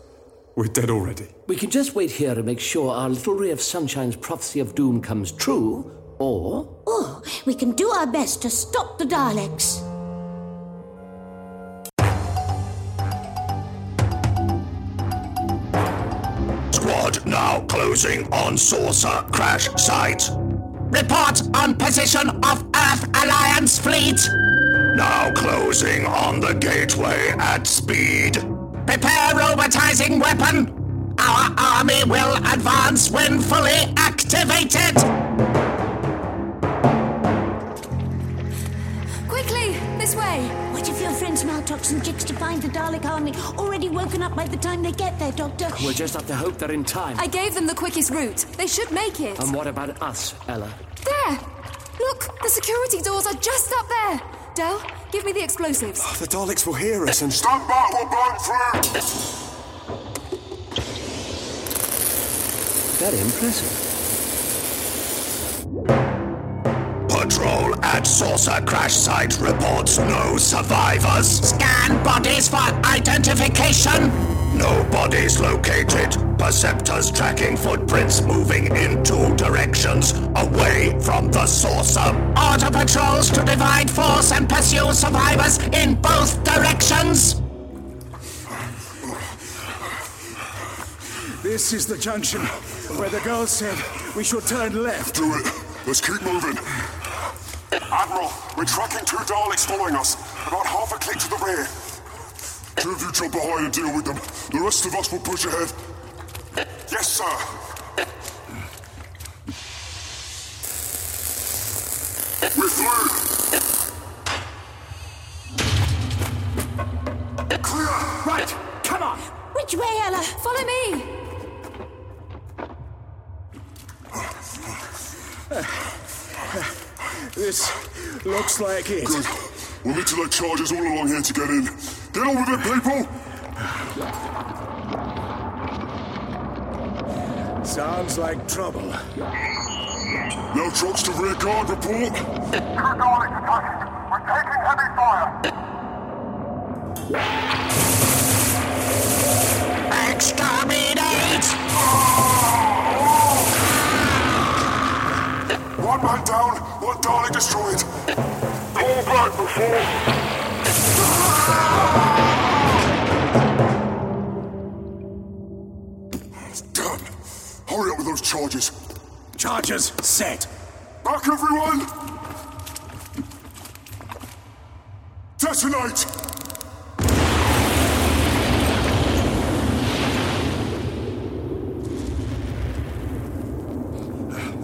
Speaker 7: We're dead already.
Speaker 1: We can just wait here and make sure our little ray of sunshine's prophecy of doom comes true, or.
Speaker 2: Or Oh, we can do our best to stop the Daleks.
Speaker 5: Squad now closing on saucer crash site.
Speaker 8: Report on position of Earth Alliance fleet.
Speaker 5: Now closing on the gateway at speed.
Speaker 8: Prepare robotizing weapon. Our army will advance when fully activated.
Speaker 15: Quickly, this way.
Speaker 2: What if your friends Maltox and Jix to find the Dalek army already woken up by the time they get there, Doctor?
Speaker 1: We'll just have to hope they're in time.
Speaker 15: I gave them the quickest route. They should make it.
Speaker 4: Um.
Speaker 1: And what about us, Ella?
Speaker 15: There! Look, the security doors are just up there. Dell, give me the explosives.
Speaker 7: Oh, the Daleks will hear us and.
Speaker 4: Stand back, we're going through!
Speaker 1: Very impressive.
Speaker 5: Patrol at saucer crash site reports no survivors.
Speaker 8: Scan bodies for identification.
Speaker 5: No bodies located. Perceptors tracking footprints moving in two directions away from the saucer.
Speaker 8: Order patrols to divide force and pursue survivors in both directions.
Speaker 3: This is the junction where the girl said we should turn left.
Speaker 4: Do it. Let's keep moving. Admiral, we're tracking two Daleks following us, about half a click to the rear. Two of you jump behind and deal with them. The rest of us will push ahead. Yes, sir. We're through. Clear.
Speaker 19: Right, come on.
Speaker 2: Which way, Ella?
Speaker 15: Follow me.
Speaker 3: This looks like it.
Speaker 4: Good. We'll need to let charges all along here to get in. Get on with it, people!
Speaker 3: Sounds like trouble.
Speaker 4: Now, trucks to rear guard report.
Speaker 18: Two Daleks attacking. We're taking heavy fire.
Speaker 8: Exterminate!
Speaker 4: One man down, One Dalek destroyed.
Speaker 18: All blood before.
Speaker 4: Damn! Hurry up with those charges.
Speaker 19: Charges set.
Speaker 4: Back, everyone! Detonate!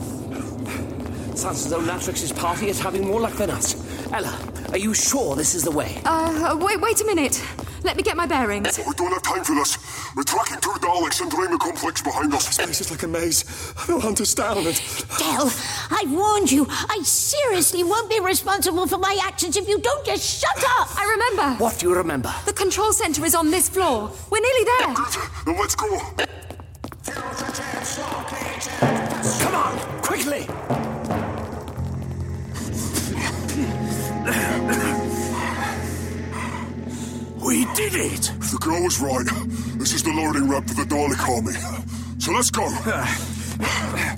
Speaker 9: Sounds as though Natrix's party is having more luck than us. Ella, are you sure this is the way?
Speaker 15: Uh, wait, wait a minute. Let me get my bearings.
Speaker 4: We don't have time for this. We're tracking two Daleks and entering the complex behind us.
Speaker 7: This place is like a maze. I don't understand it.
Speaker 2: Del, I warned you. I seriously won't be responsible for my actions if you don't just shut up.
Speaker 15: I remember.
Speaker 9: What do you remember?
Speaker 15: The control center is on this floor. We're nearly there.
Speaker 4: Then let's go.
Speaker 9: Come on, quickly!
Speaker 19: We did it!
Speaker 4: The girl was right. This is the loading ramp for the Dalek army. So let's go.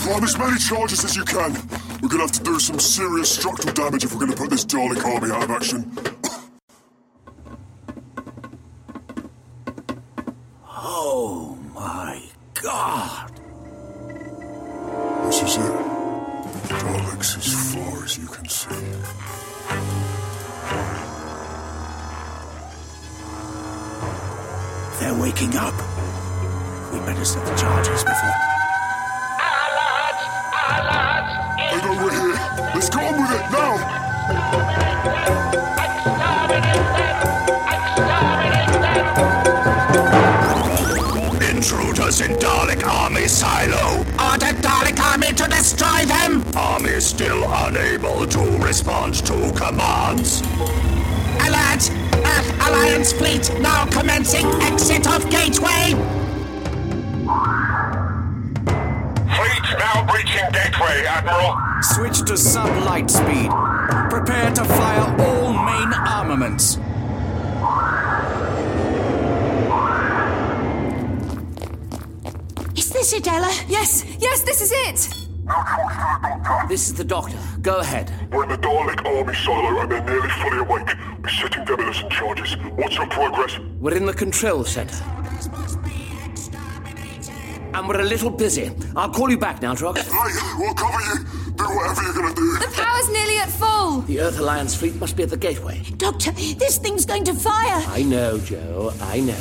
Speaker 4: Climb as many charges as you can. We're gonna have to do some serious structural damage if we're gonna put this Dalek army out of action.
Speaker 6: Oh my god!
Speaker 4: This is it. Daleks as far as you can see.
Speaker 6: They're waking up. We better set the charges before.
Speaker 4: I know we're here. Let's go on with it now.
Speaker 5: Intruders in Dalek Army Silo!
Speaker 8: Order Dalek Army to destroy them!
Speaker 5: Army still unable to respond to commands.
Speaker 8: Alert! Earth Alliance fleet now commencing exit of gateway!
Speaker 18: Fleet now breaching gateway, Admiral.
Speaker 3: Switch to sub light speed. Prepare to fire all main armaments.
Speaker 2: Is this it, Ella?
Speaker 15: Yes, yes, this is it. Uh,
Speaker 9: This is the doctor. Go ahead.
Speaker 4: We're in the Dalek army silo and they're nearly fully awake. We're setting demolition charges. What's your progress?
Speaker 9: We're in the control center. And we're a little busy. I'll call you back now, Trog.
Speaker 4: Hey, we'll cover you. Do whatever you're gonna do.
Speaker 15: The power's nearly at full.
Speaker 9: The Earth Alliance fleet must be at the gateway.
Speaker 2: Doctor, this thing's going to fire.
Speaker 9: I know, Joe. I know.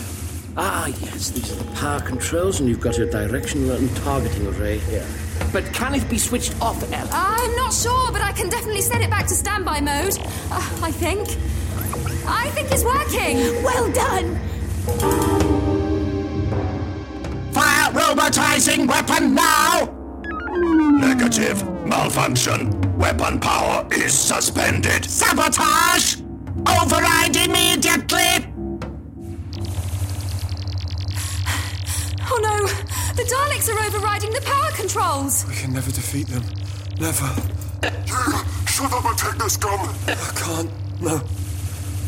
Speaker 9: Ah, yes, these are the power controls, and you've got your directional and targeting array here. But can it be switched off, Ella?
Speaker 15: I'm not sure, but I can definitely set it back to standby mode. Uh, I think. I think it's working.
Speaker 2: Well done.
Speaker 8: Fire robotizing weapon now!
Speaker 5: Negative. Malfunction. Weapon power is suspended.
Speaker 8: Sabotage! Override immediately!
Speaker 15: Oh no! The Daleks are overriding the power controls!
Speaker 7: We can never defeat them. Never.
Speaker 4: Shut up and take this gun.
Speaker 7: I can't. No.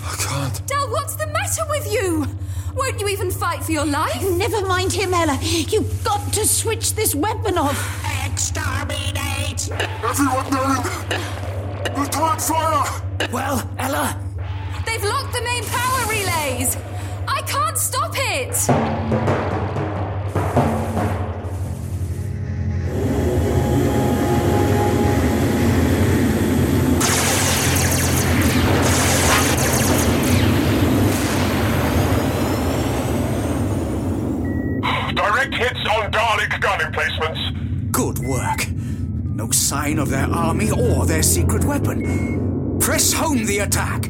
Speaker 7: I can't.
Speaker 15: Del, what's the matter with you? Won't you even fight for your life?
Speaker 2: Never mind him, Ella. You've got to switch this weapon off.
Speaker 8: Exterminate!
Speaker 4: Everyone down. Return fire.
Speaker 9: Well, Ella,
Speaker 15: They've locked the main power relays! I can't stop it!
Speaker 18: Direct hits on Dalek gun emplacements.
Speaker 13: Good work. No sign of their army or their secret weapon. Press home the attack.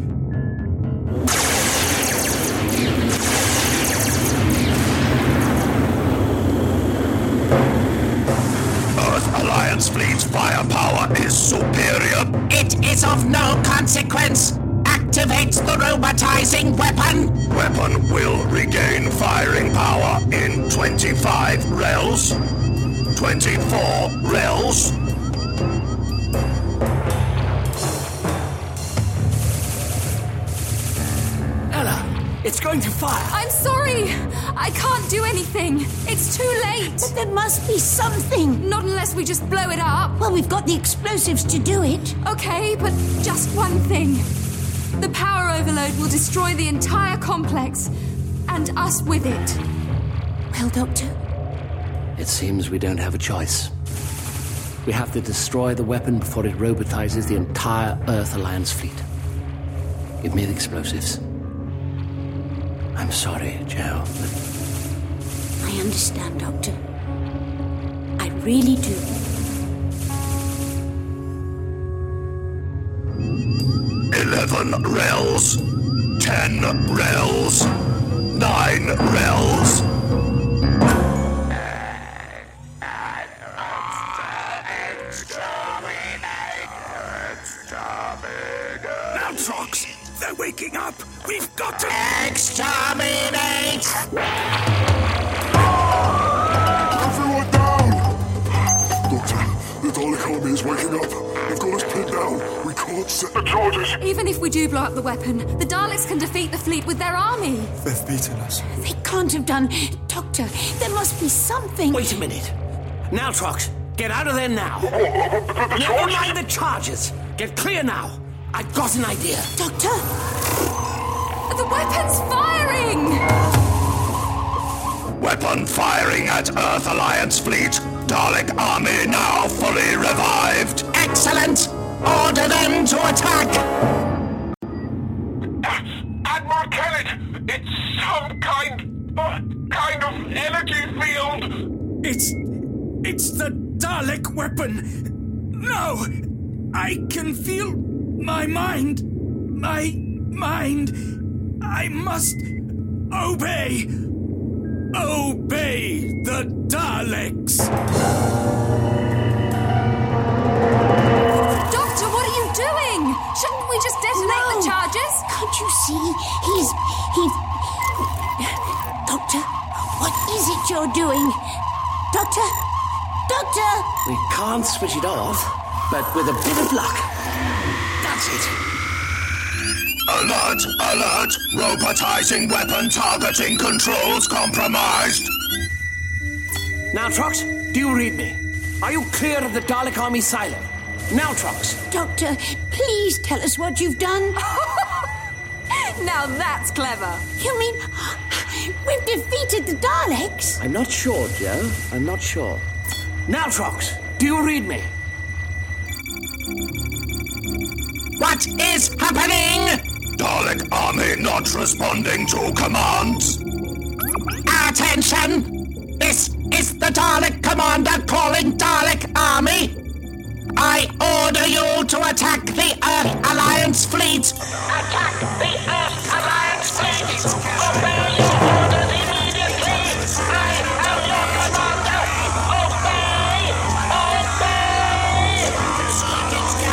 Speaker 5: Earth Alliance fleet's firepower is superior.
Speaker 8: It is of no consequence! Activate the robotizing weapon!
Speaker 5: Weapon will regain firing power in 25 rels. 24 rels.
Speaker 9: Ella, it's
Speaker 20: It's going to fire.
Speaker 15: I'm sorry. I can't do anything. It's too late. But
Speaker 2: there must be something.
Speaker 15: Not unless we just blow it up.
Speaker 2: Well, we've got the explosives to do it.
Speaker 15: Okay, but just one thing. The power overload will destroy the entire complex, and us with it.
Speaker 2: Well, Doctor?
Speaker 1: It seems we don't have a choice. We have to destroy the weapon before it robotizes the entire Earth Alliance fleet. Give me the explosives. I'm sorry, Joe,
Speaker 2: I understand, Doctor. I really do.
Speaker 5: Eleven rels, ten rels, nine rels.
Speaker 3: Trox, they're waking up. We've got to
Speaker 8: Exterminate!
Speaker 4: Everyone down! Doctor, the Dalek army is waking up. They've got us pinned down. We can't set the charges.
Speaker 15: Even if we do blow up the weapon, the Daleks can defeat the fleet with their army.
Speaker 7: They've beaten us.
Speaker 2: They can't have done. Doctor, there must be something.
Speaker 20: Wait a minute. Now, Trox, get out of there now.
Speaker 4: the
Speaker 20: Never mind the charges. Get clear now. I've got an idea.
Speaker 2: Doctor?
Speaker 15: The weapon's firing!
Speaker 5: Weapon firing at Earth Alliance fleet. Dalek army now fully revived.
Speaker 8: Excellent! Order them to attack!
Speaker 6: Admiral Kennett, it's some kind, uh, kind of energy field.
Speaker 3: It's, it's the Dalek weapon. No, I can feel my mind, my mind. I must obey, obey the Daleks.
Speaker 15: Doctor, what are you doing? Shouldn't we just detonate the charges?
Speaker 2: Can't you see? He's. He's. Doctor, what is it you're doing? Doctor? Doctor?
Speaker 1: We can't switch it off, but with a bit of luck. That's it.
Speaker 5: Alert! Alert! Robotizing weapon targeting controls compromised.
Speaker 20: Now, Trox, do you read me? Are you clear of the Dalek army silo? Now, Trox.
Speaker 2: Doctor, please tell us what you've done.
Speaker 15: Now that's clever.
Speaker 2: You mean we've defeated the Daleks?
Speaker 1: I'm not sure, Joe. I'm not sure.
Speaker 20: Now, Trox, do you read me?
Speaker 8: What is happening?
Speaker 5: Dalek army not responding to commands.
Speaker 8: Attention! This is the Dalek commander calling Dalek army. I order you to attack the Earth Alliance fleet. Attack the Earth Alliance fleet. Obey your orders immediately. I am your commander. Obey. Obey.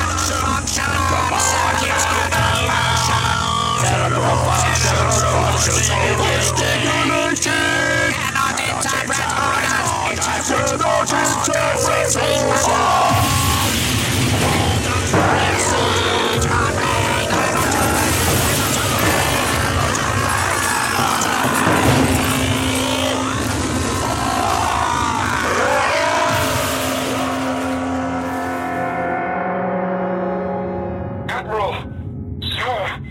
Speaker 6: Admiral, sir,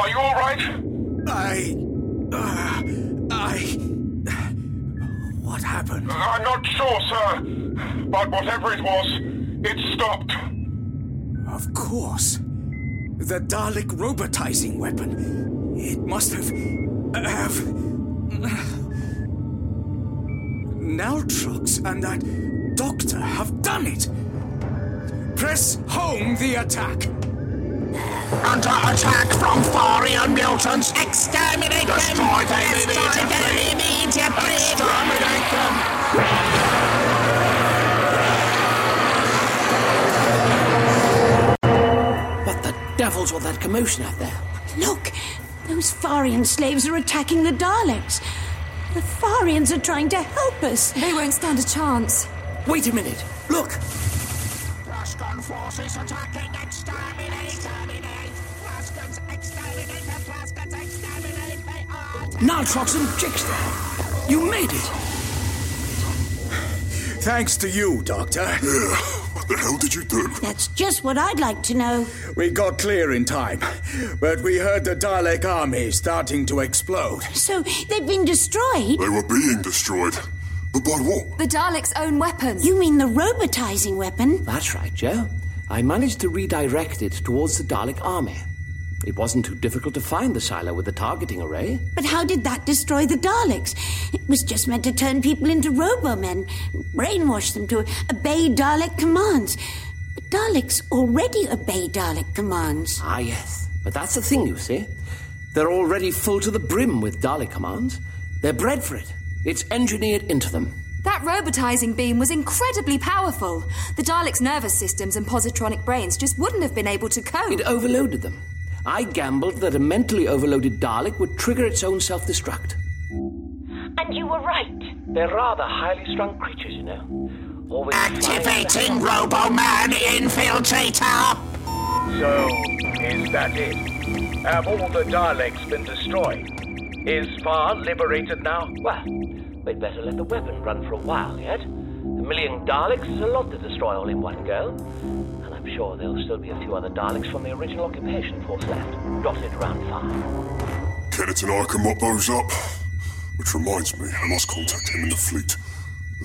Speaker 6: are you all right?
Speaker 3: I. Uh, I. What happened?
Speaker 6: I'm not sure, sir, but whatever it was, it stopped.
Speaker 3: Of course. The Dalek robotizing weapon. It must have. uh, have. Naltrox and that doctor have done it! Press home the attack!
Speaker 5: Under attack from Farian mutants.
Speaker 6: eh?
Speaker 8: Exterminate them.
Speaker 5: Destroy them
Speaker 8: Destroy them immediately. Exterminate them.
Speaker 1: What the devil's all that commotion out there?
Speaker 2: Look, those Farian slaves are attacking the Daleks. The Farians are trying to help us.
Speaker 15: They won't stand a chance.
Speaker 20: Wait a minute. Look.
Speaker 8: Raskan forces attacking. Exterminate. Exterminate. Raskans exterminate. them. Raskans exterminate.
Speaker 9: Naltrox and Jixter! You made it!
Speaker 3: Thanks to you, Doctor.
Speaker 4: what the hell did you do?
Speaker 2: That's just what I'd like to know.
Speaker 3: We got clear in time, but we heard the Dalek army starting to explode.
Speaker 2: So they've been destroyed?
Speaker 4: They were being destroyed. But by what?
Speaker 15: The Daleks' own weapon.
Speaker 2: You mean the robotizing weapon?
Speaker 1: That's right, Joe. I managed to redirect it towards the Dalek army. It wasn't too difficult to find the silo with the targeting array.
Speaker 2: But how did that destroy the Daleks? It was just meant to turn people into robomen, brainwash them to obey Dalek commands. But Daleks already obey Dalek commands.
Speaker 1: Ah, yes. But that's the thing, you see. They're already full to the brim with Dalek commands. They're bred for it. It's engineered into them.
Speaker 15: That robotizing beam was incredibly powerful. The Daleks' nervous systems and positronic brains just wouldn't have been able to cope.
Speaker 1: It overloaded them. I gambled that a mentally overloaded Dalek would trigger its own self destruct.
Speaker 16: And you were right.
Speaker 1: They're rather highly strung creatures, you know. Always
Speaker 5: Activating Roboman Infiltrator!
Speaker 17: So, is that it? Have all the Daleks been destroyed? Is Far liberated now?
Speaker 1: Well, We'd better let the weapon run for a while yet. A million Daleks is a lot to destroy all in one go. And I'm sure there'll still be a few other Daleks from the original occupation force left, dotted around far.
Speaker 4: Kenneth and I can mop those up. Which reminds me, I must contact him in the fleet.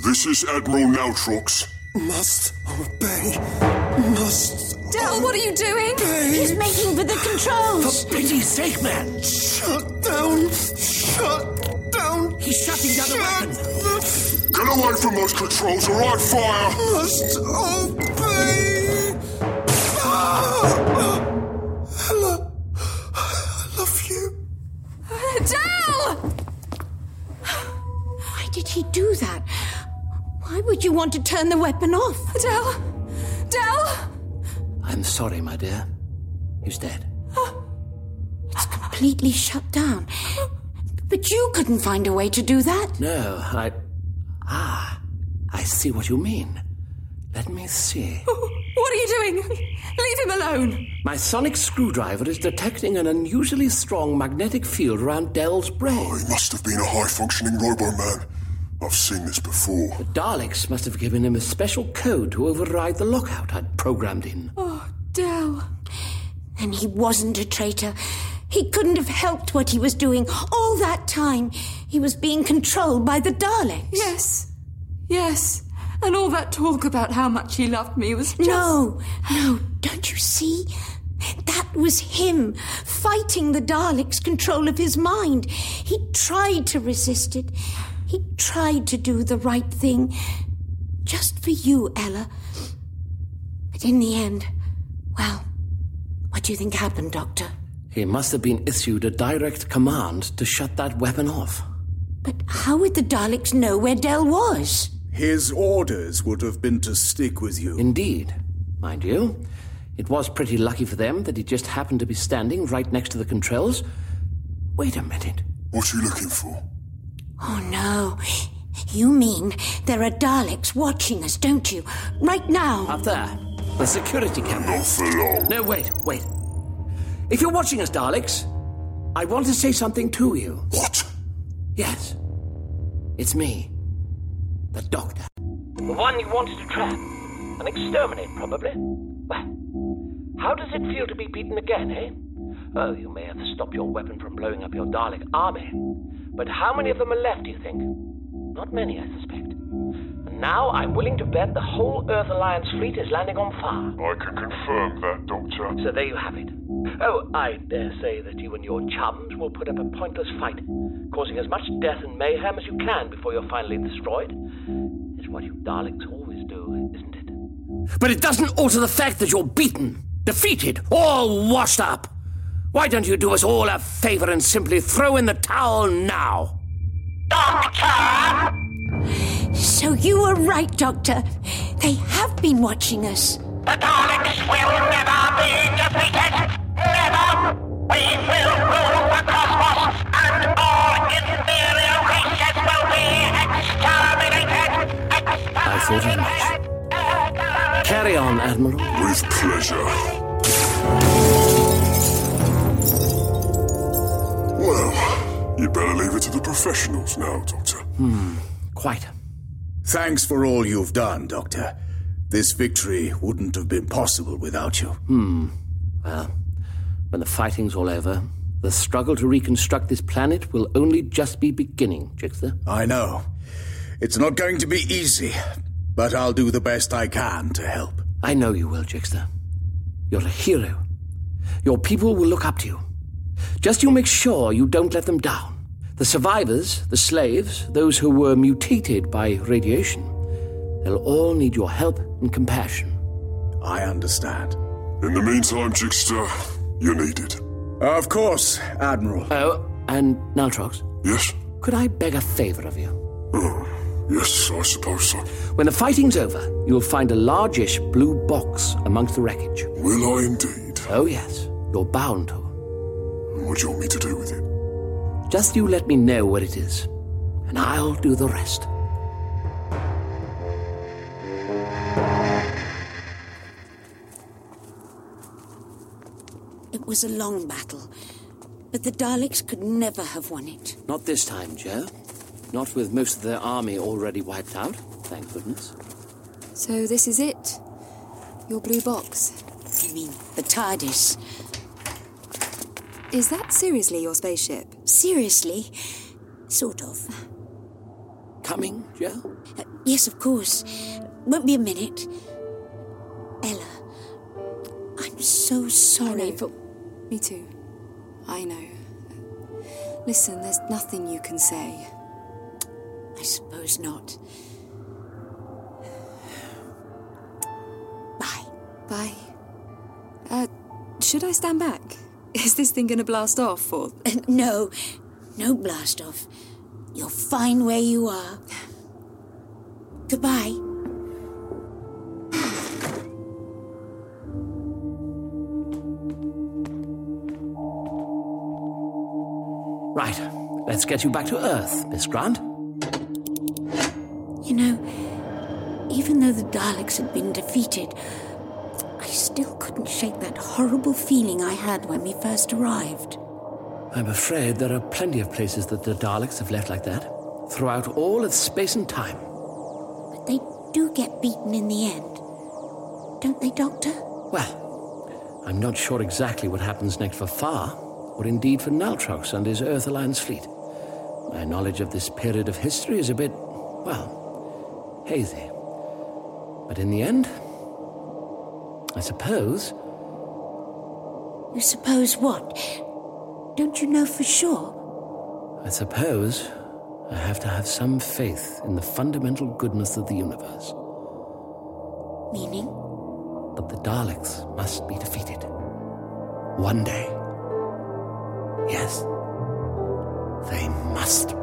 Speaker 4: This is Admiral Nautrox.
Speaker 21: Must obey. Must.
Speaker 15: Dell, what are you doing?
Speaker 21: Obey.
Speaker 2: He's making for the controls.
Speaker 9: For pity's sake, man!
Speaker 21: Shut down! Shut down.
Speaker 9: He's shutting down Shut the
Speaker 4: weapon. Get away from those controls or I fire.
Speaker 21: Must Oh, obey. Ah! Hello. I love you.
Speaker 15: Adele!
Speaker 2: Why did he do that? Why would you want to turn the weapon off?
Speaker 15: Adele! Adele!
Speaker 1: I'm sorry, my dear. He's dead.
Speaker 2: It's completely shut down. But you couldn't find a way to do that.
Speaker 1: No, I. Ah, I see what you mean. Let me see.
Speaker 15: What are you doing? Leave him alone.
Speaker 1: My sonic screwdriver is detecting an unusually strong magnetic field around Dell's brain.
Speaker 4: Oh, he must have been a high functioning robo man. I've seen this before.
Speaker 1: The Daleks must have given him a special code to override the lockout I'd programmed in.
Speaker 15: Oh, Dell.
Speaker 2: And he wasn't a traitor. He couldn't have helped what he was doing all that time. He was being controlled by the Daleks.
Speaker 15: Yes. Yes. And all that talk about how much he loved me was just.
Speaker 2: No, no, don't you see? That was him fighting the Daleks' control of his mind. He tried to resist it. He tried to do the right thing. Just for you, Ella. But in the end, well, what do you think happened, Doctor?
Speaker 1: He must have been issued a direct command to shut that weapon off.
Speaker 2: But how would the Daleks know where Dell was?
Speaker 3: His orders would have been to stick with you.
Speaker 1: Indeed. Mind you, it was pretty lucky for them that he just happened to be standing right next to the controls. Wait a minute.
Speaker 4: What are you looking for?
Speaker 2: Oh, no. You mean there are Daleks watching us, don't you? Right now.
Speaker 1: Up there. The security camera.
Speaker 4: Not for long.
Speaker 1: No, wait, wait. If you're watching us, Daleks, I want to say something to you.
Speaker 4: What?
Speaker 1: Yes. It's me. The Doctor. The one you wanted to trap and exterminate, probably. Well, how does it feel to be beaten again, eh? Oh, you may have stopped your weapon from blowing up your Dalek army. But how many of them are left, do you think? Not many, I suspect. And now I'm willing to bet the whole Earth Alliance fleet is landing on fire.
Speaker 4: I can confirm that, Doctor.
Speaker 1: So there you have it. Oh, I dare say that you and your chums will put up a pointless fight, causing as much death and mayhem as you can before you're finally destroyed. It's what you Daleks always do, isn't it? But it doesn't alter the fact that you're beaten, defeated, all washed up. Why don't you do us all a favor and simply throw in the towel now?
Speaker 5: Doctor!
Speaker 2: So you were right, Doctor. They have been watching us.
Speaker 5: The Daleks will never be defeated! Never! We will rule the cosmos, and all inferior races will be exterminated! exterminated. I
Speaker 1: thought as much. Carry on, Admiral.
Speaker 4: With pleasure.
Speaker 1: Well,
Speaker 4: You'd better leave it to the professionals now, Doctor.
Speaker 1: Hmm, quite.
Speaker 3: Thanks for all you've done, Doctor. This victory wouldn't have been possible without you.
Speaker 1: Hmm. Well, when the fighting's all over, the struggle to reconstruct this planet will only just be beginning, Jixter.
Speaker 3: I know. It's not going to be easy, but I'll do the best I can to help.
Speaker 1: I know you will, Jixter. You're a hero. Your people will look up to you. Just you make sure you don't let them down. The survivors, the slaves, those who were mutated by radiation, they'll all need your help and compassion.
Speaker 3: I understand.
Speaker 4: In the meantime, Jixter, you're needed.
Speaker 3: Of course, Admiral.
Speaker 1: Oh, and Naltrox?
Speaker 4: Yes?
Speaker 1: Could I beg a favor of you?
Speaker 4: Oh, yes, I suppose so.
Speaker 1: When the fighting's over, you'll find a largish blue box amongst the wreckage.
Speaker 4: Will I indeed?
Speaker 1: Oh, yes. You're bound to.
Speaker 4: What do you want me to do with it?
Speaker 1: Just you let me know what it is, and I'll do the rest.
Speaker 2: It was a long battle, but the Daleks could never have won it.
Speaker 1: Not this time, Joe. Not with most of their army already wiped out, thank goodness.
Speaker 15: So this is it? Your blue box?
Speaker 2: You mean the TARDIS?
Speaker 15: Is that seriously your spaceship?
Speaker 2: Seriously? Sort of.
Speaker 1: Coming, Joe?
Speaker 2: Uh, yes, of course. Won't be a minute. Ella, I'm so sorry.
Speaker 15: I know, but me too. I know. Listen, there's nothing you can say.
Speaker 2: I suppose not. Bye.
Speaker 15: Bye. Uh, should I stand back? Is this thing going to blast off or.
Speaker 2: Uh, no, no blast off. You're fine where you are. Goodbye.
Speaker 1: Right, let's get you back to Earth, Miss Grant.
Speaker 2: You know, even though the Daleks had been defeated, I still couldn't shake that horrible feeling I had when we first arrived.
Speaker 1: I'm afraid there are plenty of places that the Daleks have left like that, throughout all of space and time.
Speaker 2: But they do get beaten in the end, don't they, Doctor?
Speaker 1: Well, I'm not sure exactly what happens next for Far, or indeed for Naltrox and his Earth Alliance fleet. My knowledge of this period of history is a bit, well, hazy. But in the end, I suppose.
Speaker 2: You suppose what? Don't you know for sure?
Speaker 1: I suppose I have to have some faith in the fundamental goodness of the universe.
Speaker 2: Meaning?
Speaker 1: That the Daleks must be defeated. One day. Yes. They must